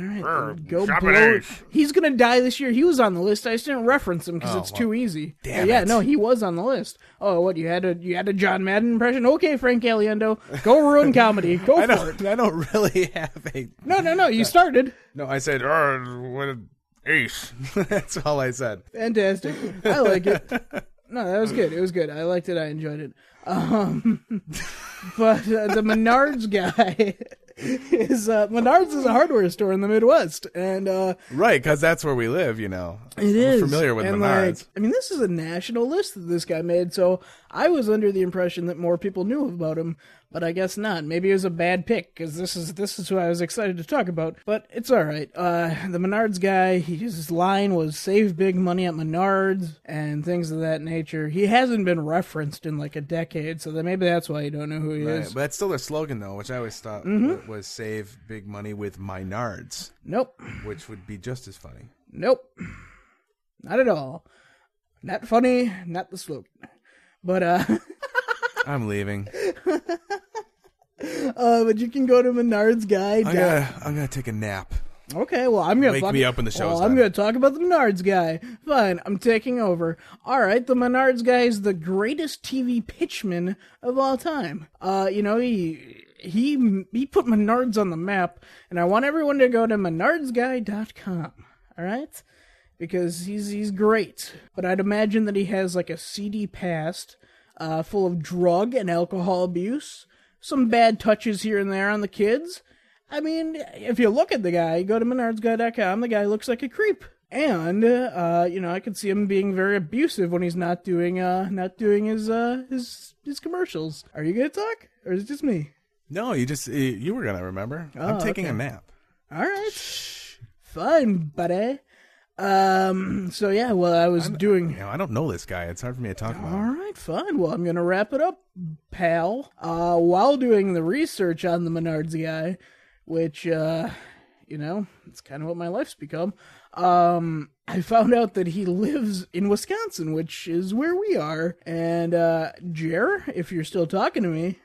[SPEAKER 2] right, go blow. He's gonna die this year. He was on the list. I just didn't reference him because
[SPEAKER 3] Oh,
[SPEAKER 2] it's
[SPEAKER 3] well,
[SPEAKER 2] too easy. But
[SPEAKER 3] damn
[SPEAKER 2] yeah,
[SPEAKER 3] it.
[SPEAKER 2] no, he was on the list. Oh, what you had a you had a John Madden impression? Okay, Frank Aliendo, go ruin comedy. Go
[SPEAKER 3] I
[SPEAKER 2] for it.
[SPEAKER 3] don't. I don't really have a.
[SPEAKER 2] No, no, no. You started.
[SPEAKER 3] No, I said "Arr, what an ace. That's all I said.
[SPEAKER 2] Fantastic. I like it. No, that was good. It was good. I liked it. I enjoyed it. Um, but uh, the Menards guy is uh, Menards is a hardware store in the Midwest, and uh,
[SPEAKER 3] Right, because that's where we live. You know,
[SPEAKER 2] It is
[SPEAKER 3] familiar with
[SPEAKER 2] and
[SPEAKER 3] Menards.
[SPEAKER 2] Like, I mean, this is a national list that this guy made, so I was under the impression that more people knew about him, but I guess not. Maybe it was a bad pick because this is this is who I was excited to talk about. But it's all right. Uh, the Menards guy, he, his line was "Save big money at Menards" and things of that nature. He hasn't been referenced in like a decade, so that maybe that's why you don't know who he
[SPEAKER 3] Right,
[SPEAKER 2] is.
[SPEAKER 3] but that's still their slogan though, which I always thought
[SPEAKER 2] Mm-hmm.
[SPEAKER 3] wa- was "Save big money with Menards,"
[SPEAKER 2] nope,
[SPEAKER 3] which would be just as funny.
[SPEAKER 2] nope, not at all. Not funny. Not the slogan. But uh.
[SPEAKER 3] I'm leaving.
[SPEAKER 2] Uh, but you can go to Menards guy.
[SPEAKER 3] I'm gonna, I'm gonna take a nap.
[SPEAKER 2] Okay, well I'm gonna
[SPEAKER 3] Oh, Wake
[SPEAKER 2] fuck-
[SPEAKER 3] me up when the show's
[SPEAKER 2] Well, I'm
[SPEAKER 3] done.
[SPEAKER 2] gonna talk about the Menards guy. Fine, I'm taking over. All right, the Menards guy is the greatest TV pitchman of all time. Uh, you know he he he put Menards on the map, and I want everyone to go to menardsguy.com. All right, because he's he's great. But I'd imagine that he has like a seedy past, uh, full of drug and alcohol abuse, some bad touches here and there on the kids. I mean, if you look at the guy, you go to menardsguy.com, the guy looks like a creep. And uh, you know, I could see him being very abusive when he's not doing uh not doing his uh his his commercials. Are you gonna talk? Or is it just me?
[SPEAKER 3] No, you just, you- you were gonna remember.
[SPEAKER 2] Oh,
[SPEAKER 3] I'm taking a nap.
[SPEAKER 2] Alright. Fine, buddy. Um so yeah, well I was doing
[SPEAKER 3] You know, I don't know this guy. It's hard for me to talk about.
[SPEAKER 2] All
[SPEAKER 3] him.
[SPEAKER 2] right, fine. Well, I'm going to wrap it up, pal. Uh, while doing the research on the Menards guy, which, uh, you know, it's kind of what my life's become, um, I found out that he lives in Wisconsin, which is where we are. And, uh, Jer, if you're still talking to me,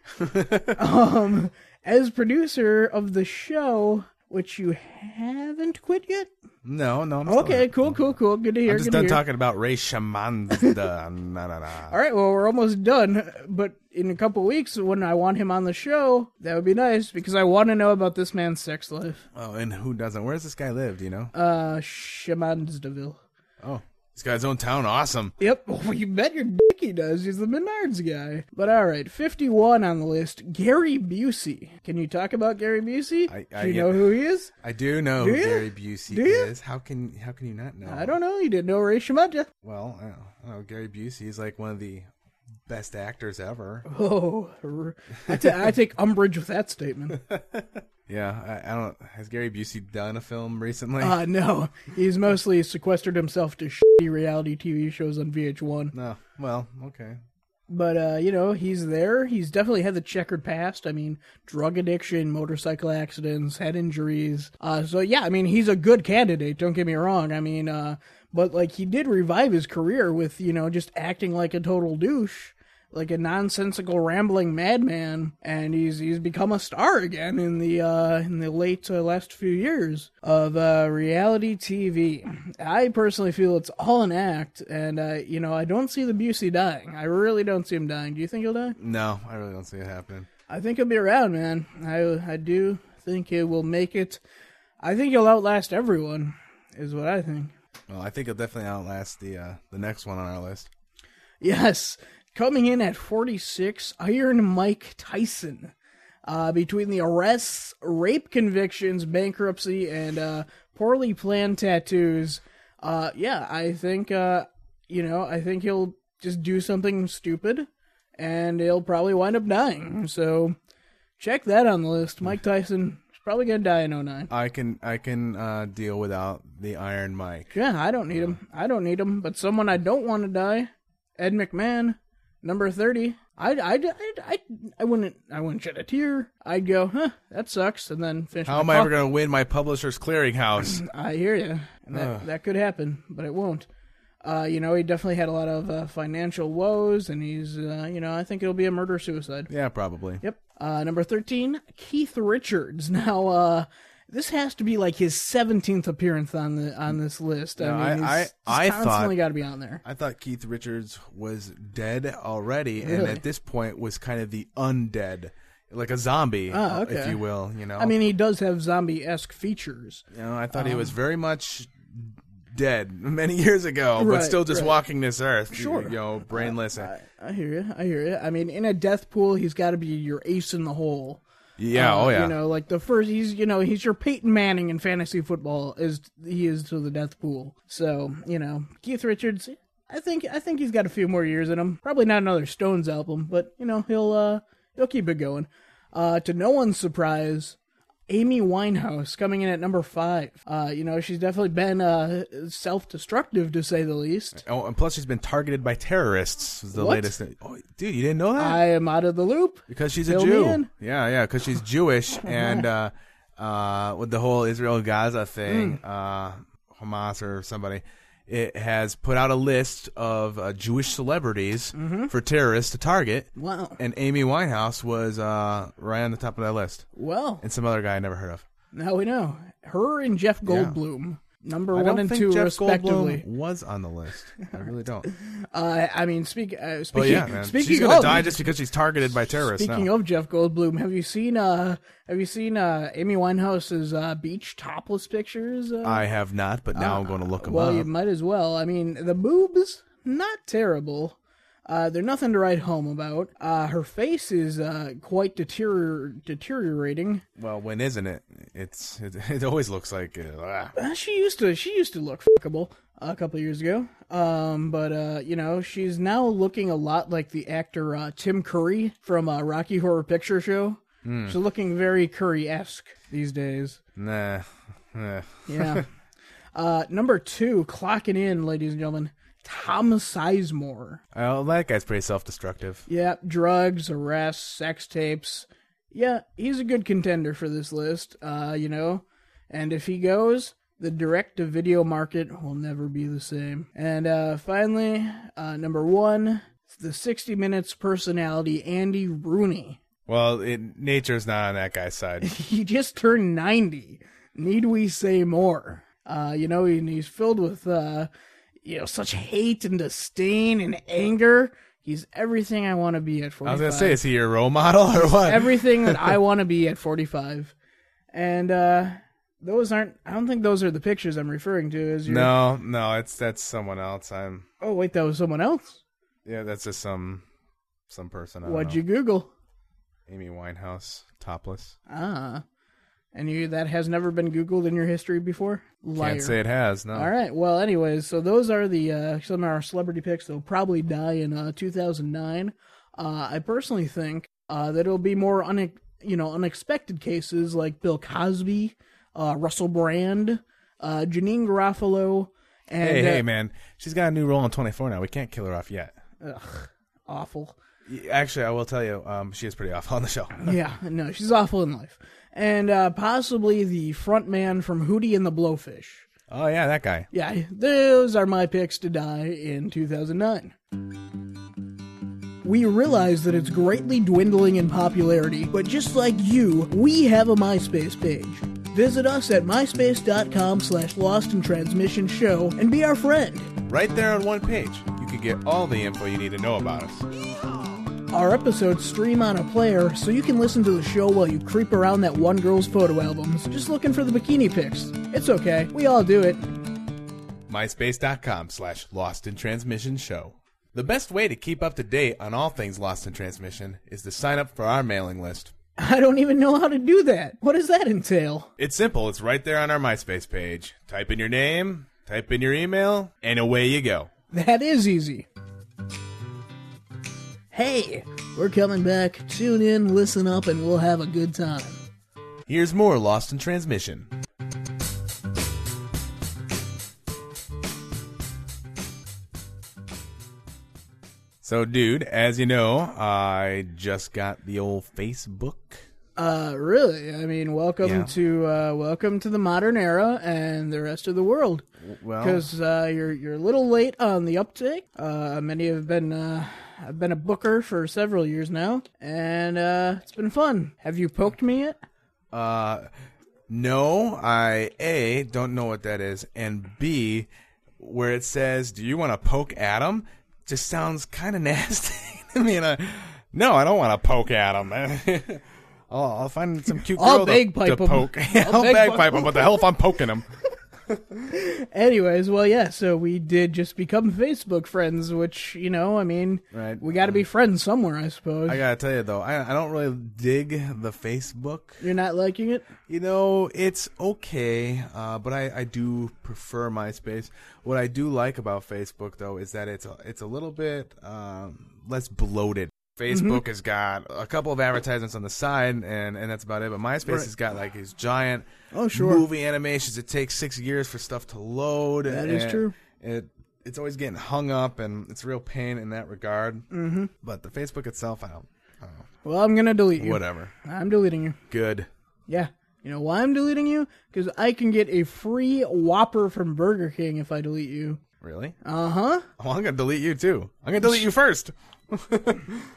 [SPEAKER 2] um, as producer of the show, which you haven't quit yet.
[SPEAKER 3] No, no. I'm still
[SPEAKER 2] Okay,
[SPEAKER 3] here.
[SPEAKER 2] cool, cool, cool. Good to hear.
[SPEAKER 3] Oh, I'm just
[SPEAKER 2] good
[SPEAKER 3] done
[SPEAKER 2] to hear.
[SPEAKER 3] talking about Ray Shamanda. na, na, na.
[SPEAKER 2] All right, well, we're almost done, but in a couple weeks, when I want him on the show, that would be nice because I want to know about this man's sex life.
[SPEAKER 3] Oh, and who doesn't? Where does this guy live? Do you know?
[SPEAKER 2] Uh, Shamansdeville.
[SPEAKER 3] oh, he's got his own town. Awesome.
[SPEAKER 2] Yep, well, you bet your dick he does. He's the Menards guy. But all right, 51 on the list, Gary Busey. Can you talk about Gary Busey?
[SPEAKER 3] I-
[SPEAKER 2] Do
[SPEAKER 3] I-
[SPEAKER 2] you know who he is?
[SPEAKER 3] I do know
[SPEAKER 2] Do
[SPEAKER 3] who
[SPEAKER 2] ya?
[SPEAKER 3] Gary Busey
[SPEAKER 2] Do ya?
[SPEAKER 3] is. How can how can you not know?
[SPEAKER 2] I don't know. You didn't know Ray Shamanja.
[SPEAKER 3] Well, I don't, I don't know. Oh, Gary Busey is like one of the best actors ever.
[SPEAKER 2] Oh, r- I ta- I take umbrage with that statement.
[SPEAKER 3] Yeah, I, I don't. Has Gary Busey done a film recently?
[SPEAKER 2] Uh, no, he's mostly sequestered himself to shitty reality TV shows on VH1.
[SPEAKER 3] no. Well, okay.
[SPEAKER 2] But uh, you know, he's there. He's definitely had the checkered past. I mean, drug addiction, motorcycle accidents, head injuries. Uh, so yeah, I mean, he's a good candidate. Don't get me wrong. I mean, uh, but like he did revive his career with you know just acting like a total douche. Like a nonsensical rambling madman, and he's he's become a star again in the uh, in the late uh, last few years of uh, reality TV. I personally feel it's all an act, and uh, you know I don't see the Busey dying. I really don't see him dying. Do you think he'll die?
[SPEAKER 3] No, I really don't see it happening.
[SPEAKER 2] I think he'll be around, man. I I do think he will make it. I think he'll outlast everyone, is what I think.
[SPEAKER 3] Well, I think it'll definitely outlast the uh, the next one on our list.
[SPEAKER 2] Yes, coming in at 46, Iron Mike Tyson. Uh, between the arrests, rape convictions, bankruptcy, and uh, poorly planned tattoos, uh, yeah, I think uh, you know, I think he'll just do something stupid, and he'll probably wind up dying. So check that on the list. Mike Tyson is probably gonna die in 09.
[SPEAKER 3] I can I can uh, deal without the Iron Mike.
[SPEAKER 2] Yeah, I don't need him. I don't need him. But someone I don't want to die, Ed McMahon, number thirty. I I I I, I wouldn't I wouldn't shed a tear. I'd go, huh, that sucks, and then finish.
[SPEAKER 3] How am I ever going to win my publisher's clearinghouse?
[SPEAKER 2] I hear you, and that that could happen, but it won't. Uh, you know, he definitely had a lot of uh, financial woes, and he's uh, you know, I think it'll be a murder suicide.
[SPEAKER 3] yeah, probably.
[SPEAKER 2] Yep. Uh, number 13, Keith Richards. Now, uh, This has to be like his 17th appearance on the on this list.
[SPEAKER 3] No,
[SPEAKER 2] I mean,
[SPEAKER 3] I-
[SPEAKER 2] he's,
[SPEAKER 3] I-
[SPEAKER 2] he's
[SPEAKER 3] I
[SPEAKER 2] constantly
[SPEAKER 3] thought-
[SPEAKER 2] got to be on there.
[SPEAKER 3] I thought Keith Richards was dead already, and
[SPEAKER 2] Really?
[SPEAKER 3] at this point was kind of the undead, like a zombie, uh,
[SPEAKER 2] Oh, okay.
[SPEAKER 3] if you will. You know,
[SPEAKER 2] I mean, um, he does have zombie esque features.
[SPEAKER 3] you know, I thought he was very much dead many years ago, but
[SPEAKER 2] Right,
[SPEAKER 3] still just
[SPEAKER 2] right.
[SPEAKER 3] walking this earth.
[SPEAKER 2] Sure.
[SPEAKER 3] you
[SPEAKER 2] Uh,
[SPEAKER 3] know, brainless.
[SPEAKER 2] I hear you. I hear you. I mean, in a death pool, he's got to be your ace in the hole. Uh,
[SPEAKER 3] yeah, oh yeah.
[SPEAKER 2] You know, like the first, he's you know he's your Peyton Manning in fantasy football is he is to the death pool. So you know Keith Richards, I think I think he's got a few more years in him. Probably not another Stones album, but you know he'll uh he'll keep it going. Uh, to no one's surprise, Amy Winehouse coming in at number five. Uh, you know she's definitely been uh self-destructive to say the least.
[SPEAKER 3] Oh, and plus she's been targeted by terrorists. Was the
[SPEAKER 2] What?
[SPEAKER 3] latest thing. Oh, dude, you didn't know that?
[SPEAKER 2] I am out of the loop.
[SPEAKER 3] Because she's a
[SPEAKER 2] Fill me
[SPEAKER 3] Jew.
[SPEAKER 2] in.
[SPEAKER 3] Yeah, yeah, because she's Jewish and uh, uh, with the whole Israel Gaza thing,
[SPEAKER 2] Mm.
[SPEAKER 3] uh, Hamas or somebody, it has put out a list of uh, Jewish celebrities for terrorists to target.
[SPEAKER 2] Mm-hmm. Wow.
[SPEAKER 3] And Amy Winehouse was uh, right on the top of that list,
[SPEAKER 2] Well,
[SPEAKER 3] and some other guy I never heard of.
[SPEAKER 2] now we know her and Jeff Goldblum.
[SPEAKER 3] I
[SPEAKER 2] Number one
[SPEAKER 3] don't
[SPEAKER 2] and
[SPEAKER 3] think
[SPEAKER 2] two,
[SPEAKER 3] Jeff
[SPEAKER 2] respectively.
[SPEAKER 3] Goldblum was on the list. I really don't.
[SPEAKER 2] Uh, I mean, speak, uh, speaking,
[SPEAKER 3] But yeah, man,
[SPEAKER 2] speaking
[SPEAKER 3] she's gonna
[SPEAKER 2] of,
[SPEAKER 3] die just because she's targeted by terrorists.
[SPEAKER 2] speaking
[SPEAKER 3] now.
[SPEAKER 2] of Jeff Goldblum, have you seen, uh, have you seen, uh, Amy Winehouse's, uh, beach topless pictures? Uh,
[SPEAKER 3] I have not, but now I'm going to look them
[SPEAKER 2] well,
[SPEAKER 3] up.
[SPEAKER 2] you might as well. I mean, the boobs, not terrible. Uh, they're nothing to write home about. Uh, her face is, uh, quite deterior- deteriorating.
[SPEAKER 3] Well, when isn't it? It's it, it always looks like uh, ah.
[SPEAKER 2] Uh, she used to she used to look fuckable uh, a couple years ago. Um, but uh, you know, she's now looking a lot like the actor uh, Tim Curry from uh, Rocky Horror Picture Show. She's looking very Curry esque these days.
[SPEAKER 3] nah. eh.
[SPEAKER 2] Yeah. uh, number two, clocking in, ladies and gentlemen, Tom Sizemore.
[SPEAKER 3] Oh, that guy's pretty self-destructive.
[SPEAKER 2] Yeah, drugs, arrests, sex tapes. Yeah, he's a good contender for this list, uh, you know. And if he goes, the direct to video market will never be the same. And uh, finally, uh, number one, the 60 Minutes personality, Andy Rooney.
[SPEAKER 3] Well, it, nature's not on that guy's side.
[SPEAKER 2] He just turned 90. Need we say more? Uh, you know, and he's filled with, uh, you know, such hate and disdain and anger. He's everything I want to be at 45.
[SPEAKER 3] I was gonna say, is he your role model or what?
[SPEAKER 2] everything that I want to be at 45. And uh those aren't I don't think those are the pictures I'm referring to as your
[SPEAKER 3] no, no, it's that's someone else. I'm
[SPEAKER 2] Oh wait, that was someone else.
[SPEAKER 3] yeah, that's just some some person. I
[SPEAKER 2] What'd
[SPEAKER 3] do
[SPEAKER 2] you Google?
[SPEAKER 3] Amy Winehouse topless?
[SPEAKER 2] Ah. And you that has never been Googled in your history before? Liar.
[SPEAKER 3] Can't say it has. No.
[SPEAKER 2] All right. Well, anyways, so those are the uh, some of our celebrity picks. They'll probably die in uh, 2009. Uh, I personally think uh, that it'll be more une- you know unexpected cases like Bill Cosby, uh, Russell Brand, uh, Janine Garofalo, and
[SPEAKER 3] Hey,
[SPEAKER 2] uh,
[SPEAKER 3] hey, man, she's got a new role in 24 now. We can't kill her off yet.
[SPEAKER 2] awful.
[SPEAKER 3] Y- Actually, I will tell you, um, she is pretty awful on the show.
[SPEAKER 2] yeah, no, she's awful in life, and uh, possibly the front man from Hootie and the Blowfish.
[SPEAKER 3] oh yeah, that guy.
[SPEAKER 2] Yeah, those are my picks to die in 2009. We realize that it's greatly dwindling in popularity, but just like you, we have a MySpace page. Visit us at myspace.com slash lost in transmission show and be our friend.
[SPEAKER 3] Right there on one page, you can get all the info you need to know about us.
[SPEAKER 2] Our episodes stream on a player, so you can listen to the show while you creep around that one girl's photo albums, just looking for the bikini pics. It's okay, we all do it.
[SPEAKER 3] MySpace.com slash Lost in Transmission Show. The best way to keep up to date on all things Lost in Transmission is to sign up for our mailing list.
[SPEAKER 2] I don't even know how to do that. What does that entail?
[SPEAKER 3] It's simple, it's right there on our MySpace page. Type in your name, type in your email, and away you go.
[SPEAKER 2] That is easy. Hey, we're coming back. Tune in, listen up, and we'll have a good time.
[SPEAKER 3] Here's more Lost in Transmission. So, dude, as you know, I just got the old Facebook
[SPEAKER 2] Uh, really? I mean, welcome
[SPEAKER 3] Yeah.
[SPEAKER 2] to uh, welcome to the modern era and the rest of the world.
[SPEAKER 3] well-
[SPEAKER 2] because uh, you're you're a little late on the uptake. Uh, many have been uh, I've been a booker for several years now, and uh, it's been fun. Have you poked me yet?
[SPEAKER 3] Uh, No, I A, don't know what that is, and B, where it says, Do you want to poke Adam? just sounds kind of nasty to me. And I, no, I don't want to poke Adam. I'll, I'll find some cute girl
[SPEAKER 2] I'll
[SPEAKER 3] to-
[SPEAKER 2] bagpipe
[SPEAKER 3] to,
[SPEAKER 2] him.
[SPEAKER 3] poke. I'll,
[SPEAKER 2] bagpipe
[SPEAKER 3] bagpipe him. What the hell if I'm poking him?
[SPEAKER 2] Anyways, well, yeah, so we did just become Facebook friends, which, you know, I mean,
[SPEAKER 3] Right. Mm.
[SPEAKER 2] we got to be friends somewhere, I suppose.
[SPEAKER 3] I gotta tell you though, I, I don't really dig the Facebook
[SPEAKER 2] You're not liking it?
[SPEAKER 3] You know, it's okay, uh, but I, I do prefer MySpace. What I do like about Facebook, though, is that it's a, it's a little bit um, less bloated.
[SPEAKER 2] Mm-hmm.
[SPEAKER 3] Facebook has got a couple of advertisements on the side, and, and that's about it. But MySpace has got like these giant
[SPEAKER 2] Oh, sure.
[SPEAKER 3] movie animations. It takes six years for stuff to load. That
[SPEAKER 2] is true.
[SPEAKER 3] It it's always getting hung up, and it's a real pain in that regard. Mm-hmm. But the Facebook itself, I don't.
[SPEAKER 2] Well, I'm going to delete you.
[SPEAKER 3] Whatever.
[SPEAKER 2] I'm deleting you.
[SPEAKER 3] Good.
[SPEAKER 2] Yeah. You know why I'm deleting you? Because I can get a free Whopper from Burger King if I delete you.
[SPEAKER 3] Really?
[SPEAKER 2] Uh huh.
[SPEAKER 3] Well, I'm gonna delete you too. I'm gonna delete you first.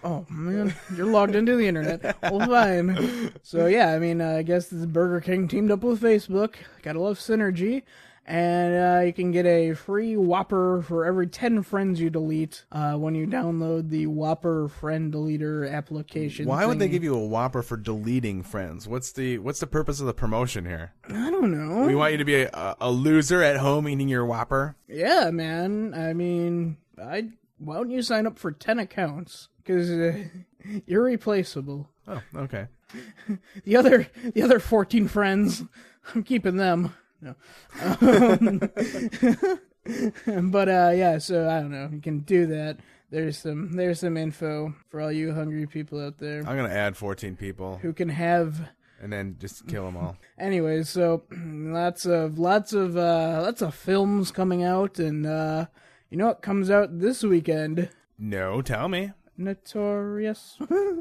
[SPEAKER 2] Oh man, you're logged into the internet. Well, fine. So yeah, I mean, uh, I guess this Burger King teamed up with Facebook. Gotta love synergy, and uh, you can get a free Whopper for every ten friends you delete uh, when you download the Whopper friend deleter application.
[SPEAKER 3] Why would they give
[SPEAKER 2] you?
[SPEAKER 3] you a whopper for deleting friends? What's the what's the purpose of the promotion here?
[SPEAKER 2] I don't know.
[SPEAKER 3] We want you to be a, a loser at home eating your whopper.
[SPEAKER 2] Yeah, man. I mean, I why don't you sign up for ten accounts? Because uh, you're replaceable.
[SPEAKER 3] Oh, okay.
[SPEAKER 2] The other the other fourteen friends, I'm keeping them. No. Um, but uh, yeah, so I don't know. You can do that. There's some there's some info for all you hungry people out there
[SPEAKER 3] I'm gonna add 14 people
[SPEAKER 2] who can have
[SPEAKER 3] and then just kill them all.
[SPEAKER 2] anyways so lots of lots of uh lots of films coming out and uh you know what comes out this weekend
[SPEAKER 3] No, tell me.
[SPEAKER 2] Notorious.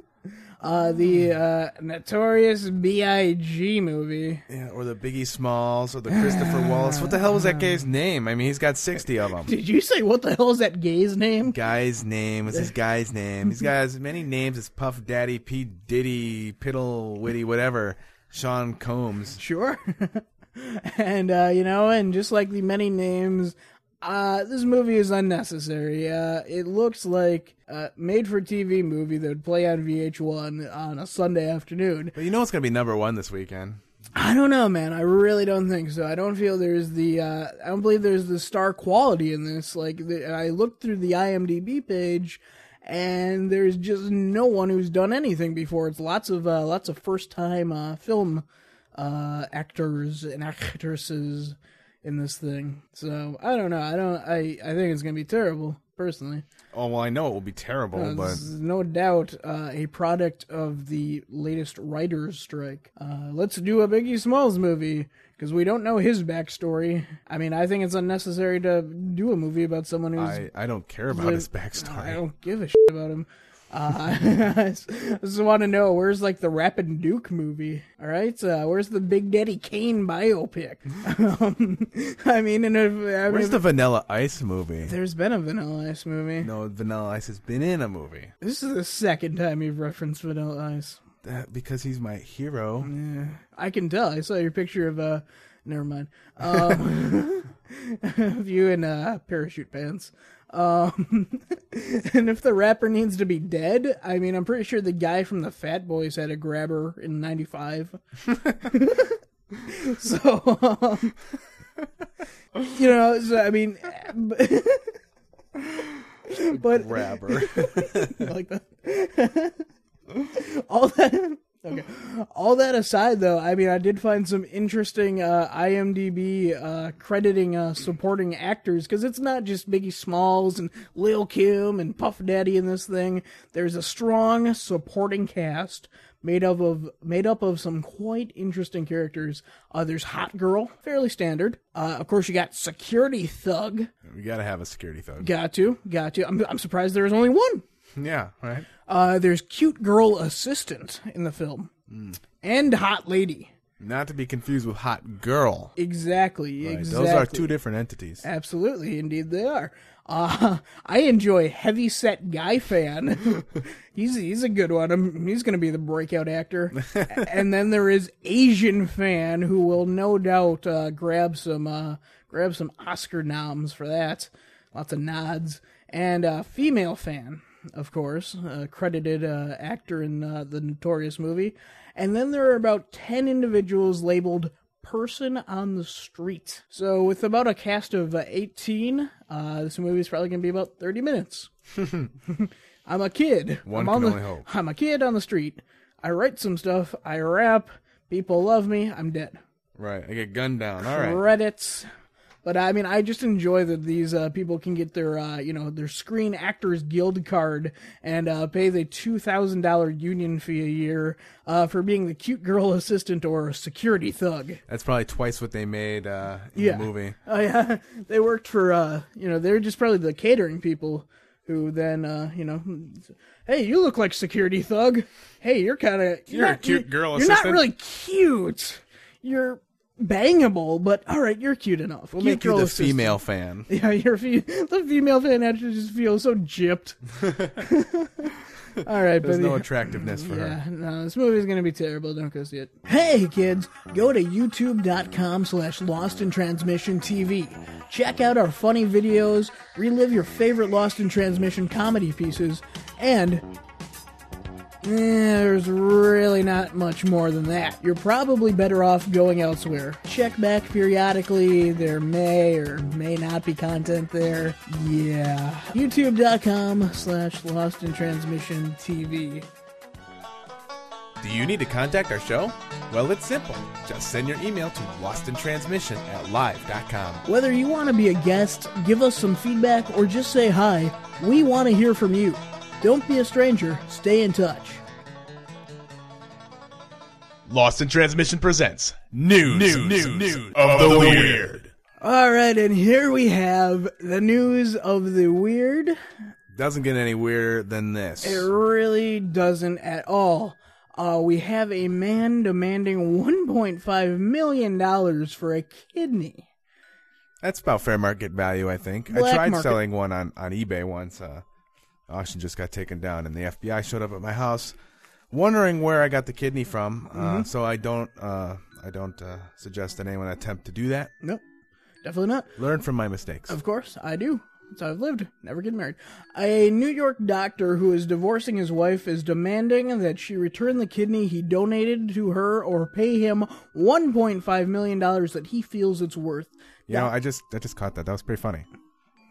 [SPEAKER 2] uh, the uh, Notorious B.I.G. movie.
[SPEAKER 3] Yeah, or the Biggie Smalls or the Christopher Wallace. What the hell was that guy's name? I mean, he's got 60 of them.
[SPEAKER 2] Did you say what the hell is that gay's name?
[SPEAKER 3] Guy's name was his guy's name. He's got as many names as Puff Daddy, P Diddy, Piddle Witty, whatever. Sean Combs.
[SPEAKER 2] Sure. and, uh, you know, and just like the many names, uh, this movie is unnecessary. Uh, it looks like a made for TV movie that would play on VH1 on a Sunday afternoon.
[SPEAKER 3] But you know it's gonna be number one this weekend.
[SPEAKER 2] I don't know, man. I really don't think so. I don't feel there's the. Uh, I don't believe there's the star quality in this. Like the, I looked through the IMDb page, and there's just no one who's done anything before. It's lots of uh, lots of first time uh, film uh, actors and actresses in this thing. So I don't know. I don't. I I think it's gonna be terrible personally.
[SPEAKER 3] Oh well, I know it will be terrible, but
[SPEAKER 2] Uh, This is no doubt uh, a product of the latest writers' strike. Uh, let's do a Biggie Smalls movie because we don't know his backstory. I mean, I think it's unnecessary to do a movie about someone who's
[SPEAKER 3] I, I don't care about
[SPEAKER 2] live-
[SPEAKER 3] his
[SPEAKER 2] I
[SPEAKER 3] backstory.
[SPEAKER 2] don't give a shit about him. Uh, I just want to know where's like the Rappin' Duke movie? All right, uh, where's the Big Daddy Kane biopic? um, I mean, and if, I mean,
[SPEAKER 3] Where's the Vanilla Ice movie?
[SPEAKER 2] there's been a Vanilla Ice movie.
[SPEAKER 3] No, Vanilla Ice has been in a movie
[SPEAKER 2] This is the second time you've referenced Vanilla Ice.
[SPEAKER 3] that, because he's my hero.
[SPEAKER 2] I can tell. I saw your picture of uh never mind. Um of you in uh parachute pants. Um and if the rapper needs to be dead, I mean I'm pretty sure the guy from the Fat Boys had a grabber in ninety five. so um, you know, so I mean but, but
[SPEAKER 3] Grabber.
[SPEAKER 2] like that. all that. Okay. All that aside, though, I mean, I did find some interesting uh, IMDb uh, crediting uh, supporting actors because it's not just Biggie Smalls and Lil Kim and Puff Daddy in this thing. There's a strong supporting cast made up of made up of some quite interesting characters. Uh, there's Hot Girl, fairly standard. Uh, of course, you got Security Thug.
[SPEAKER 3] we gotta have a security thug.
[SPEAKER 2] Got to, got to. I'm I'm surprised there was only one.
[SPEAKER 3] Yeah, right. Hmm.
[SPEAKER 2] Uh, there's cute girl assistant in the film, and hot lady.
[SPEAKER 3] Not to be confused with hot girl.
[SPEAKER 2] Exactly.
[SPEAKER 3] Right,
[SPEAKER 2] Exactly.
[SPEAKER 3] Those are two different entities.
[SPEAKER 2] Absolutely, indeed they are. Uh, I enjoy heavy set guy fan. he's he's a good one. I'm, he's going to be the breakout actor. and then there is Asian fan who will no doubt uh, grab some uh, grab some Oscar noms for that. Lots of nods and uh, female fan, of course, uh, credited uh, actor in uh, the notorious movie. And then there are about ten individuals labeled person on the street. So, with about a cast of uh, 18, uh, this movie is probably going to be about 30 minutes. I'm a kid.
[SPEAKER 3] One
[SPEAKER 2] I'm
[SPEAKER 3] can
[SPEAKER 2] on the,
[SPEAKER 3] only hope.
[SPEAKER 2] I'm a kid on the street. I write some stuff. I rap. People love me. I'm dead.
[SPEAKER 3] Right. I get gunned down. All right.
[SPEAKER 2] Credits. But I mean, I just enjoy that these uh, people can get their, uh, you know, their Screen Actors Guild card and uh, pay the two thousand dollar union fee a year uh, for being the cute girl assistant or security thug.
[SPEAKER 3] That's probably twice what they made uh, in
[SPEAKER 2] Yeah.
[SPEAKER 3] the movie.
[SPEAKER 2] Oh yeah, they worked for uh, you know, they're just probably the catering people who then uh, you know, hey, you look like security thug. Hey, you're kind of
[SPEAKER 3] You're a cute girl
[SPEAKER 2] You're not
[SPEAKER 3] assistant."
[SPEAKER 2] really cute. You're bangable, but all right, you're cute enough. We'll
[SPEAKER 3] Make
[SPEAKER 2] make
[SPEAKER 3] you
[SPEAKER 2] girl
[SPEAKER 3] the
[SPEAKER 2] assistant.
[SPEAKER 3] female fan.
[SPEAKER 2] Yeah, your fe- the female fan actors just feel so gypped. all right,
[SPEAKER 3] There's
[SPEAKER 2] but
[SPEAKER 3] no attractiveness for
[SPEAKER 2] yeah,
[SPEAKER 3] her.
[SPEAKER 2] no, this movie's gonna be terrible. Don't go see it. Hey kids, go to youtube.com slash lost in transmission TV. Check out our funny videos, relive your favorite Lost in Transmission comedy pieces, and Eh, there's really not much more than that. You're probably better off going elsewhere. Check back periodically. There may or may not be content there. Yeah. YouTube.com slash Lost in Transmission TV.
[SPEAKER 3] Do you need to contact our show? Well, it's simple. Just send your email to lostintransmission at live.com.
[SPEAKER 2] Whether you want to be a guest, give us some feedback, or just say hi, we want to hear from you. Don't be a stranger. Stay in touch.
[SPEAKER 3] Lost in Transmission presents news, news, news, of, the, weird.
[SPEAKER 2] All right, and here we have the news of the weird.
[SPEAKER 3] Doesn't get any weirder than this.
[SPEAKER 2] It really doesn't at all. Uh, we have a man demanding $1.5 million for a kidney.
[SPEAKER 3] That's about fair market value, I think. I
[SPEAKER 2] Black
[SPEAKER 3] tried
[SPEAKER 2] market.
[SPEAKER 3] selling one on, on eBay once. Uh, auction just got taken down, and the FBI showed up at my house, wondering where I got the kidney from. Uh,
[SPEAKER 2] Mm-hmm.
[SPEAKER 3] So I don't uh, I don't uh, suggest that anyone attempt to do that.
[SPEAKER 2] Nope. Definitely not.
[SPEAKER 3] Learn from my mistakes.
[SPEAKER 2] Of course, I do. That's how I've lived. Never get married. A New York doctor who is divorcing his wife is demanding that she return the kidney he donated to her or pay him $1.5 million that he feels it's worth.
[SPEAKER 3] You know, I just I just caught that. That was pretty funny.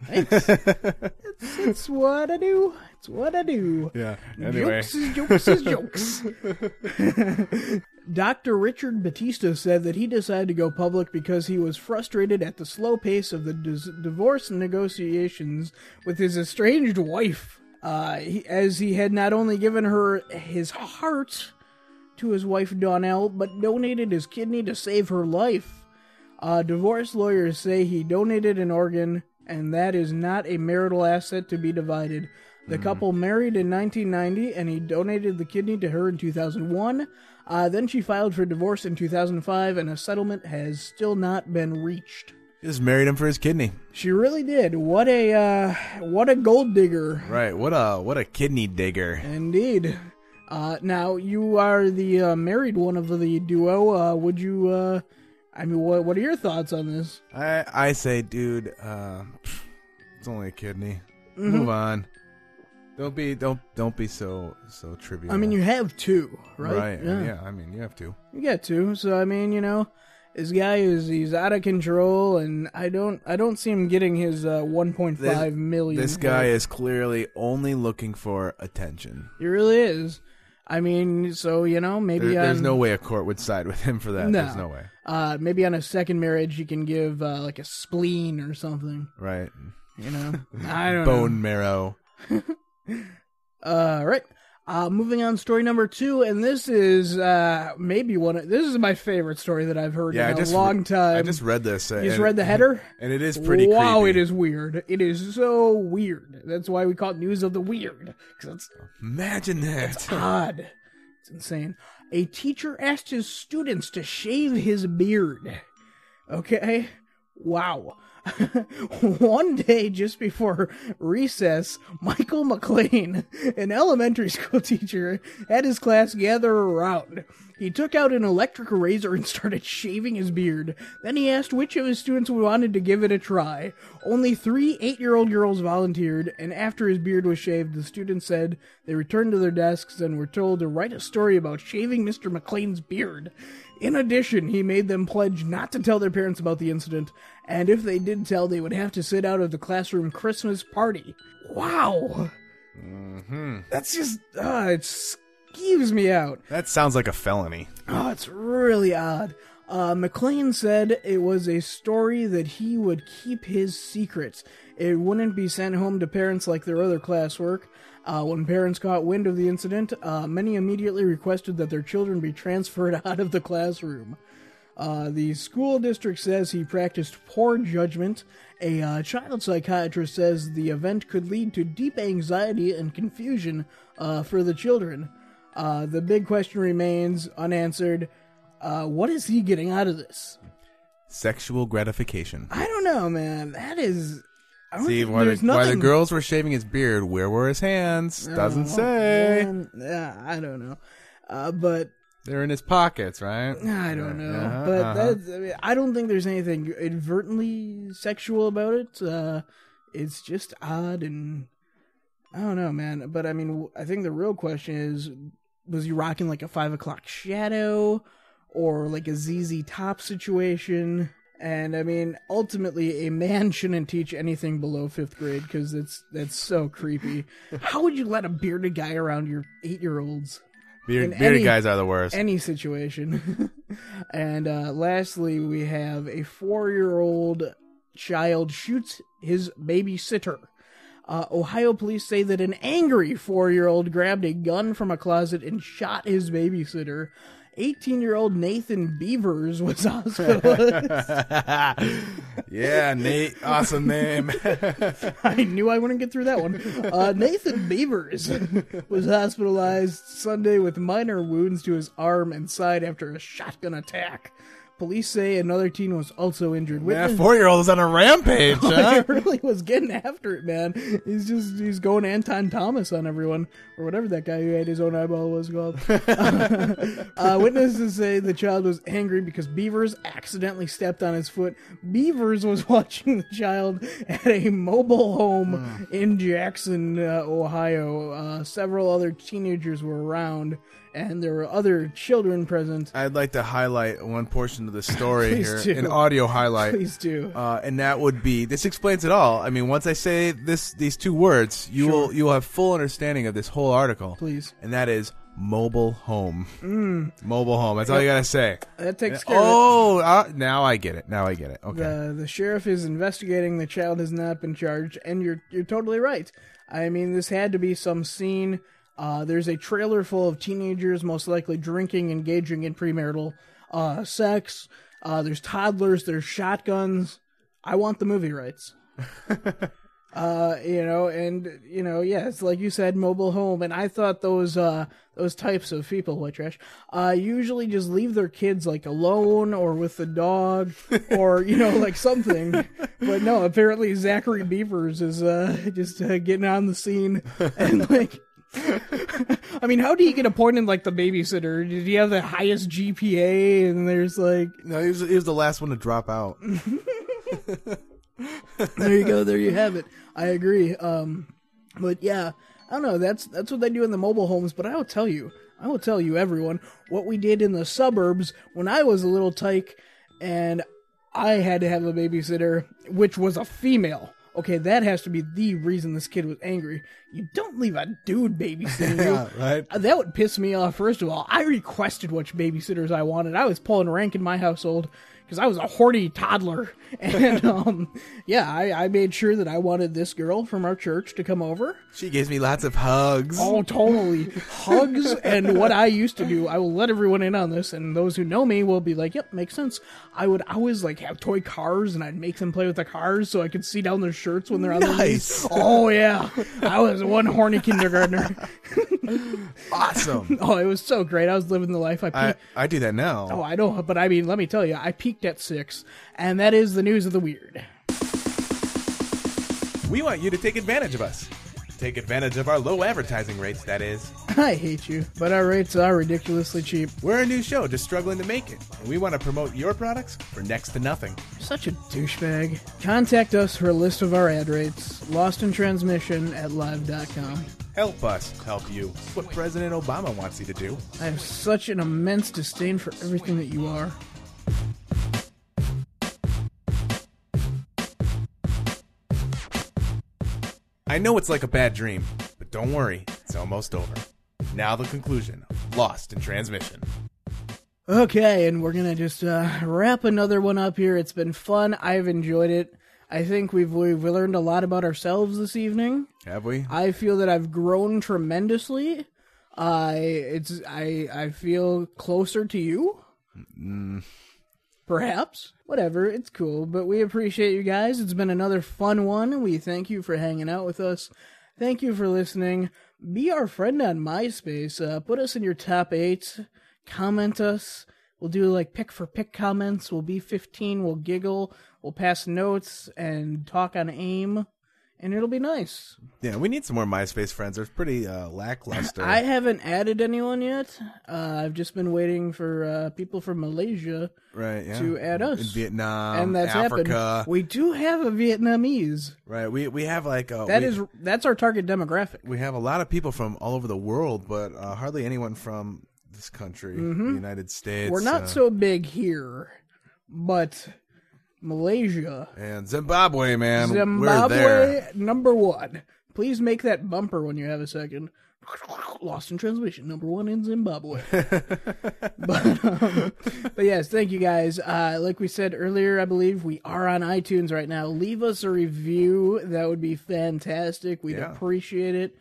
[SPEAKER 2] It's what I do. It's what I do.
[SPEAKER 3] Yeah. Anyway,
[SPEAKER 2] Jokes is jokes is jokes. Dr. Richard Batista said that he decided to go public because he was frustrated at the slow pace of the dis- divorce negotiations with his estranged wife, uh, he, as he had not only given her his heart to his wife Donnell, but donated his kidney to save her life. Uh, divorce lawyers say he donated an organ, and that is not a marital asset to be divided. The couple married in 1990, and he donated the kidney to her in 2001. Uh, then she filed for divorce in 2005, and a settlement has still not been reached.
[SPEAKER 3] just married him for his kidney.
[SPEAKER 2] She really did. What a uh, what a gold digger.
[SPEAKER 3] Right. What a what a kidney digger.
[SPEAKER 2] Indeed. Uh, now you are the uh, married one of the duo. Uh, would you? Uh, I mean, what what are your thoughts on this?
[SPEAKER 3] I I say, dude, uh, pff, it's only a kidney. Move on. Don't be don't don't be so so trivial.
[SPEAKER 2] I mean, you have two, right?
[SPEAKER 3] right? Yeah. I mean, you have to.
[SPEAKER 2] You got two. So I mean, you know, this guy is he's out of control, and I don't I don't see him getting his uh, one point five million.
[SPEAKER 3] This guy is clearly only looking for attention.
[SPEAKER 2] He really is. I mean, so you know, maybe
[SPEAKER 3] There, there's
[SPEAKER 2] on-
[SPEAKER 3] no way a court would side with him for that.
[SPEAKER 2] No.
[SPEAKER 3] There's no way.
[SPEAKER 2] Uh, maybe on a second marriage, you can give uh, like a spleen or something.
[SPEAKER 3] Right?
[SPEAKER 2] You know, I don't know.
[SPEAKER 3] Bone marrow.
[SPEAKER 2] All right. Uh, moving on, story number two, and this is uh, maybe one. Of, this is my favorite story that I've heard
[SPEAKER 3] Yeah, I
[SPEAKER 2] in a
[SPEAKER 3] just
[SPEAKER 2] long
[SPEAKER 3] re-
[SPEAKER 2] time.
[SPEAKER 3] I just read this.
[SPEAKER 2] you just read the header.
[SPEAKER 3] and it is pretty.
[SPEAKER 2] Wow,
[SPEAKER 3] creepy.
[SPEAKER 2] it is weird. It is so weird. That's why we call it news of the weird because it's
[SPEAKER 3] Imagine that.
[SPEAKER 2] odd. It's insane. A teacher asked his students to shave his beard. Okay? Wow. One day just before recess, Michael McLean, an elementary school teacher, had his class gather around. He took out an electric razor and started shaving his beard. Then he asked which of his students wanted to give it a try. Only three eight year old girls volunteered, and after his beard was shaved, the students said they returned to their desks and were told to write a story about shaving Mr. McLean's beard. In addition, he made them pledge not to tell their parents about the incident, and if they did tell, they would have to sit out of the classroom Christmas party. Wow. That's just, uh, it skeeves me out.
[SPEAKER 3] That sounds like a felony.
[SPEAKER 2] Oh, it's really odd. Uh, McLean said it was a story that he would keep his secrets. It wouldn't be sent home to parents like their other classwork. Uh, when parents caught wind of the incident, uh, many immediately requested that their children be transferred out of the classroom. Uh, the school district says he practiced poor judgment. A uh, child psychiatrist says the event could lead to deep anxiety and confusion uh, for the children. Uh, the big question remains unanswered. Uh, what is he getting out of this?
[SPEAKER 3] Sexual gratification.
[SPEAKER 2] I don't know, man. That is. I don't
[SPEAKER 3] See,
[SPEAKER 2] think
[SPEAKER 3] why the,
[SPEAKER 2] there's
[SPEAKER 3] why
[SPEAKER 2] nothing.
[SPEAKER 3] the girls were shaving his beard, where were his hands? Doesn't say.
[SPEAKER 2] Man, yeah, I don't know. Uh, but
[SPEAKER 3] They're in his pockets, right?
[SPEAKER 2] I don't know.
[SPEAKER 3] Uh-huh,
[SPEAKER 2] but
[SPEAKER 3] uh-huh.
[SPEAKER 2] that's, I, mean, I don't think there's anything advertently sexual about it. Uh, it's just odd and I don't know, man. But I mean, w- I think the real question is, was he rocking like a five o'clock shadow or like a ZZ Top situation? And I mean, ultimately, a man shouldn't teach anything below fifth grade because that's that's so creepy. How would you let a bearded guy around your eight year olds?
[SPEAKER 3] Beard,
[SPEAKER 2] in
[SPEAKER 3] bearded
[SPEAKER 2] any-
[SPEAKER 3] guys are the worst.
[SPEAKER 2] any situation. and uh, lastly, we have a four year old child shoots his babysitter. Uh, Ohio police say that an angry four year old grabbed a gun from a closet and shot his babysitter. 18 year old Nathan Beavers was hospitalized.
[SPEAKER 3] yeah, Nate, awesome name.
[SPEAKER 2] I knew I wouldn't get through that one. Uh, Nathan Beavers was hospitalized Sunday with minor wounds to his arm and side after a shotgun attack. Police say another teen was also injured.
[SPEAKER 3] that
[SPEAKER 2] Witness-
[SPEAKER 3] four year old is on a rampage, huh?
[SPEAKER 2] He really was getting after it, man. He's just he's going Anton Thomas on everyone or whatever that guy who ate his own eyeball was called. uh, witnesses say the child was angry because Beavers accidentally stepped on his foot. Beavers was watching the child at a mobile home in Jackson, uh, Ohio. Uh, several other teenagers were around, and there were other children present.
[SPEAKER 3] I'd like to highlight one portion of the story
[SPEAKER 2] Please
[SPEAKER 3] here,
[SPEAKER 2] do.
[SPEAKER 3] an audio highlight.
[SPEAKER 2] Please do.
[SPEAKER 3] Uh, and that would be this explains it all. I mean, once I say this, these two words, you will you will have full understanding of this whole article.
[SPEAKER 2] Please.
[SPEAKER 3] and that is mobile home. Mm. Mobile home. That's all you gotta say.
[SPEAKER 2] that takes care of it.
[SPEAKER 3] Oh, uh, now I get it. Now I get it. Okay.
[SPEAKER 2] The the sheriff is investigating. The child has not been charged, and you're you're totally right. I mean, this had to be some scene. Uh, there's a trailer full of teenagers, most likely drinking, engaging in premarital uh, sex. Uh, there's toddlers. There's shotguns. I want the movie rights. uh, you know, and you know, yes, like you said, mobile home, and I thought those uh those types of people, white trash, uh, usually just leave their kids like alone or with the dog or you know like something. but no, apparently Zachary Beavers is uh just uh, getting on the scene and like. I mean, how do you get appointed like the babysitter? Did you have the highest GPA? And there's like,
[SPEAKER 3] no, he was, he was the last one to drop out.
[SPEAKER 2] there you go. There you have it. I agree. Um, but yeah, I don't know. That's that's what they do in the mobile homes. But I will tell you, I will tell you, everyone, what we did in the suburbs when I was a little tyke, and I had to have a babysitter, which was a female. Okay, that has to be the reason this kid was angry. You don't leave a dude babysitting you.
[SPEAKER 3] right?
[SPEAKER 2] Uh, That would piss me off. First of all, I requested which babysitters I wanted. I was pulling rank in my household because I was a horny toddler, and um, yeah, I, I made sure that I wanted this girl from our church to come over.
[SPEAKER 3] She gives me lots of hugs.
[SPEAKER 2] Oh, totally hugs and what I used to do. I will let everyone in on this, and those who know me will be like, "Yep, makes sense." I would always like have toy cars, and I'd make them play with the cars so I could see down their shirts when they're on their knees.
[SPEAKER 3] Nice.
[SPEAKER 2] Oh yeah, I was one horny kindergartner.
[SPEAKER 3] awesome.
[SPEAKER 2] Oh, it was so great. I was living the life. I, pe-
[SPEAKER 3] I, I do that now.
[SPEAKER 2] oh, I know, but I mean, let me tell you, I peaked at six, and that is the news of the weird.
[SPEAKER 3] We want you to take advantage of us. Take advantage of our low advertising rates, that is.
[SPEAKER 2] I hate you, but our rates are ridiculously cheap.
[SPEAKER 3] We're a new show just struggling to make it, and we want to promote your products for next to nothing.
[SPEAKER 2] Such a douchebag. Contact us for a list of our ad rates. Lost in transmission at live.com.
[SPEAKER 3] Help us help you. It's what President Obama wants you to do.
[SPEAKER 2] I have such an immense disdain for everything that you are.
[SPEAKER 3] I know it's like a bad dream, but don't worry, it's almost over. Now the conclusion lost in transmission.
[SPEAKER 2] Okay, and we're gonna just uh, wrap another one up here. It's been fun. I've enjoyed it. I think we've we've learned a lot about ourselves this evening.
[SPEAKER 3] Have we?
[SPEAKER 2] I feel that I've grown tremendously. I it's I I feel closer to you. Perhaps. Whatever, it's cool, but we appreciate you guys. It's been another fun one. We thank you for hanging out with us. Thank you for listening. Be our friend on MySpace. Uh, put us in your top eight. Comment us. We'll do like pick for pick comments. We'll be 15. We'll giggle. We'll pass notes and talk on AIM. And it'll be nice.
[SPEAKER 3] Yeah, we need some more MySpace friends. They're pretty uh, lackluster.
[SPEAKER 2] I haven't added anyone yet. Uh, I've just been waiting for uh, people from Malaysia,
[SPEAKER 3] right, yeah.
[SPEAKER 2] to add us.
[SPEAKER 3] In Vietnam,
[SPEAKER 2] and that's
[SPEAKER 3] Um, Africa.
[SPEAKER 2] happened. We do have a Vietnamese.
[SPEAKER 3] Right, we, we have like. Uh,
[SPEAKER 2] That
[SPEAKER 3] we-
[SPEAKER 2] is that's our target demographic.
[SPEAKER 3] we have a lot of people from all over the world, but uh, hardly anyone from this country, the United States.
[SPEAKER 2] Mm-hmm. We're not
[SPEAKER 3] uh,
[SPEAKER 2] so big here, but Malaysia,
[SPEAKER 3] And Zimbabwe, man, we're there.
[SPEAKER 2] Zimbabwe, number one. Please make that bumper when you have a second. Lost in transmission, number one in Zimbabwe. but, um, but yes, thank you guys. Uh, like we said earlier, I believe we are on iTunes right now. Leave us a review; that would be fantastic. We'd
[SPEAKER 3] Yeah.
[SPEAKER 2] appreciate it.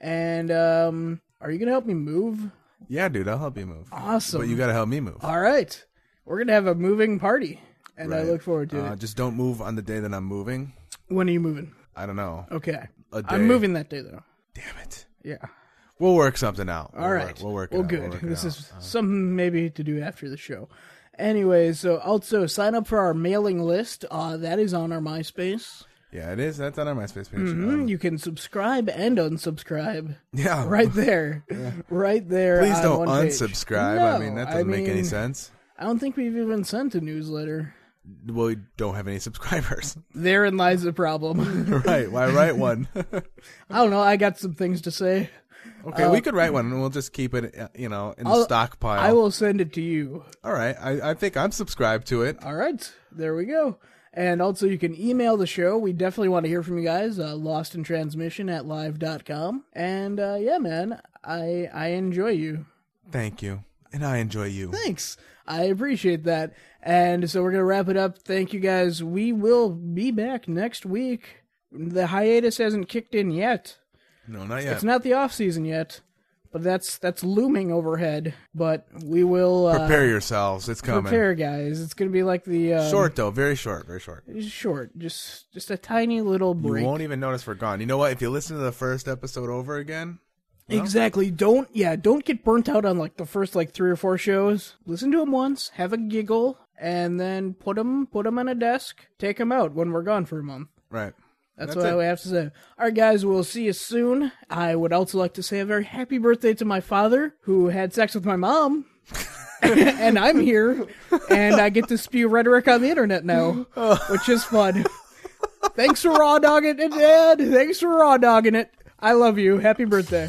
[SPEAKER 2] And um, are you gonna help me move?
[SPEAKER 3] Yeah, dude, I'll help you move.
[SPEAKER 2] Awesome.
[SPEAKER 3] But you got to help me move.
[SPEAKER 2] All right, we're gonna have a moving party, and I
[SPEAKER 3] Right.
[SPEAKER 2] look forward to
[SPEAKER 3] Uh,
[SPEAKER 2] it.
[SPEAKER 3] Just don't move on the day that I'm moving.
[SPEAKER 2] When are you moving?
[SPEAKER 3] I don't know.
[SPEAKER 2] Okay,
[SPEAKER 3] A day.
[SPEAKER 2] I'm moving that day though.
[SPEAKER 3] Damn it.
[SPEAKER 2] Yeah.
[SPEAKER 3] We'll work something out.
[SPEAKER 2] All right.
[SPEAKER 3] We'll work.
[SPEAKER 2] Well,
[SPEAKER 3] it
[SPEAKER 2] good.
[SPEAKER 3] Out. We'll work it
[SPEAKER 2] this
[SPEAKER 3] out.
[SPEAKER 2] is something maybe to do after the show. Anyway, so also sign up for our mailing list. Uh, that is on our MySpace.
[SPEAKER 3] Yeah, it is. That's on our MySpace page. Um,
[SPEAKER 2] You can subscribe and unsubscribe
[SPEAKER 3] yeah.
[SPEAKER 2] right there, right there.
[SPEAKER 3] Please
[SPEAKER 2] on
[SPEAKER 3] don't
[SPEAKER 2] one page.
[SPEAKER 3] unsubscribe. I
[SPEAKER 2] No,
[SPEAKER 3] mean, that
[SPEAKER 2] I
[SPEAKER 3] doesn't make any
[SPEAKER 2] mean,
[SPEAKER 3] sense.
[SPEAKER 2] I don't think we've even sent a newsletter.
[SPEAKER 3] Well, we don't have any subscribers.
[SPEAKER 2] Therein lies the problem.
[SPEAKER 3] right. Why write one?
[SPEAKER 2] I don't know. I got some things to say.
[SPEAKER 3] Okay, we could write one, and we'll just keep it, uh, you know, in the
[SPEAKER 2] I'll-
[SPEAKER 3] stockpile.
[SPEAKER 2] I will send it to you.
[SPEAKER 3] All right, I, I think I'm subscribed to it.
[SPEAKER 2] All right, there we go. And also, you can email the show. We definitely want to hear from you guys. Uh, lost in transmission at live.com. And uh, yeah, man, I I enjoy you.
[SPEAKER 3] Thank you, and I enjoy you.
[SPEAKER 2] Thanks. I appreciate that. And so we're going to wrap it up. Thank you guys. We will be back next week. The hiatus hasn't kicked in yet.
[SPEAKER 3] No, not yet.
[SPEAKER 2] It's not the off season yet, but that's that's looming overhead. But we will uh,
[SPEAKER 3] prepare yourselves. It's coming.
[SPEAKER 2] prepare, guys. It's going to be like the um,
[SPEAKER 3] Short though, very short, very short.
[SPEAKER 2] Just short, just just a tiny little break.
[SPEAKER 3] You won't even notice we're gone. You know what? If you listen to the first episode over again,
[SPEAKER 2] Exactly. Don't yeah. Don't get burnt out on like the first like three or four shows. Listen to them once, have a giggle, and then put them put them on a desk. Take them out when we're gone for a month.
[SPEAKER 3] right?
[SPEAKER 2] That's,
[SPEAKER 3] That's it.
[SPEAKER 2] what I have to say. All right, guys, we'll see you soon. I would also like to say a very happy birthday to my father, who had sex with my mom. and I'm here, and I get to spew rhetoric on the internet now, which is fun. Thanks for raw dogging it, Dad. Thanks for raw dogging it. I love you. Happy birthday.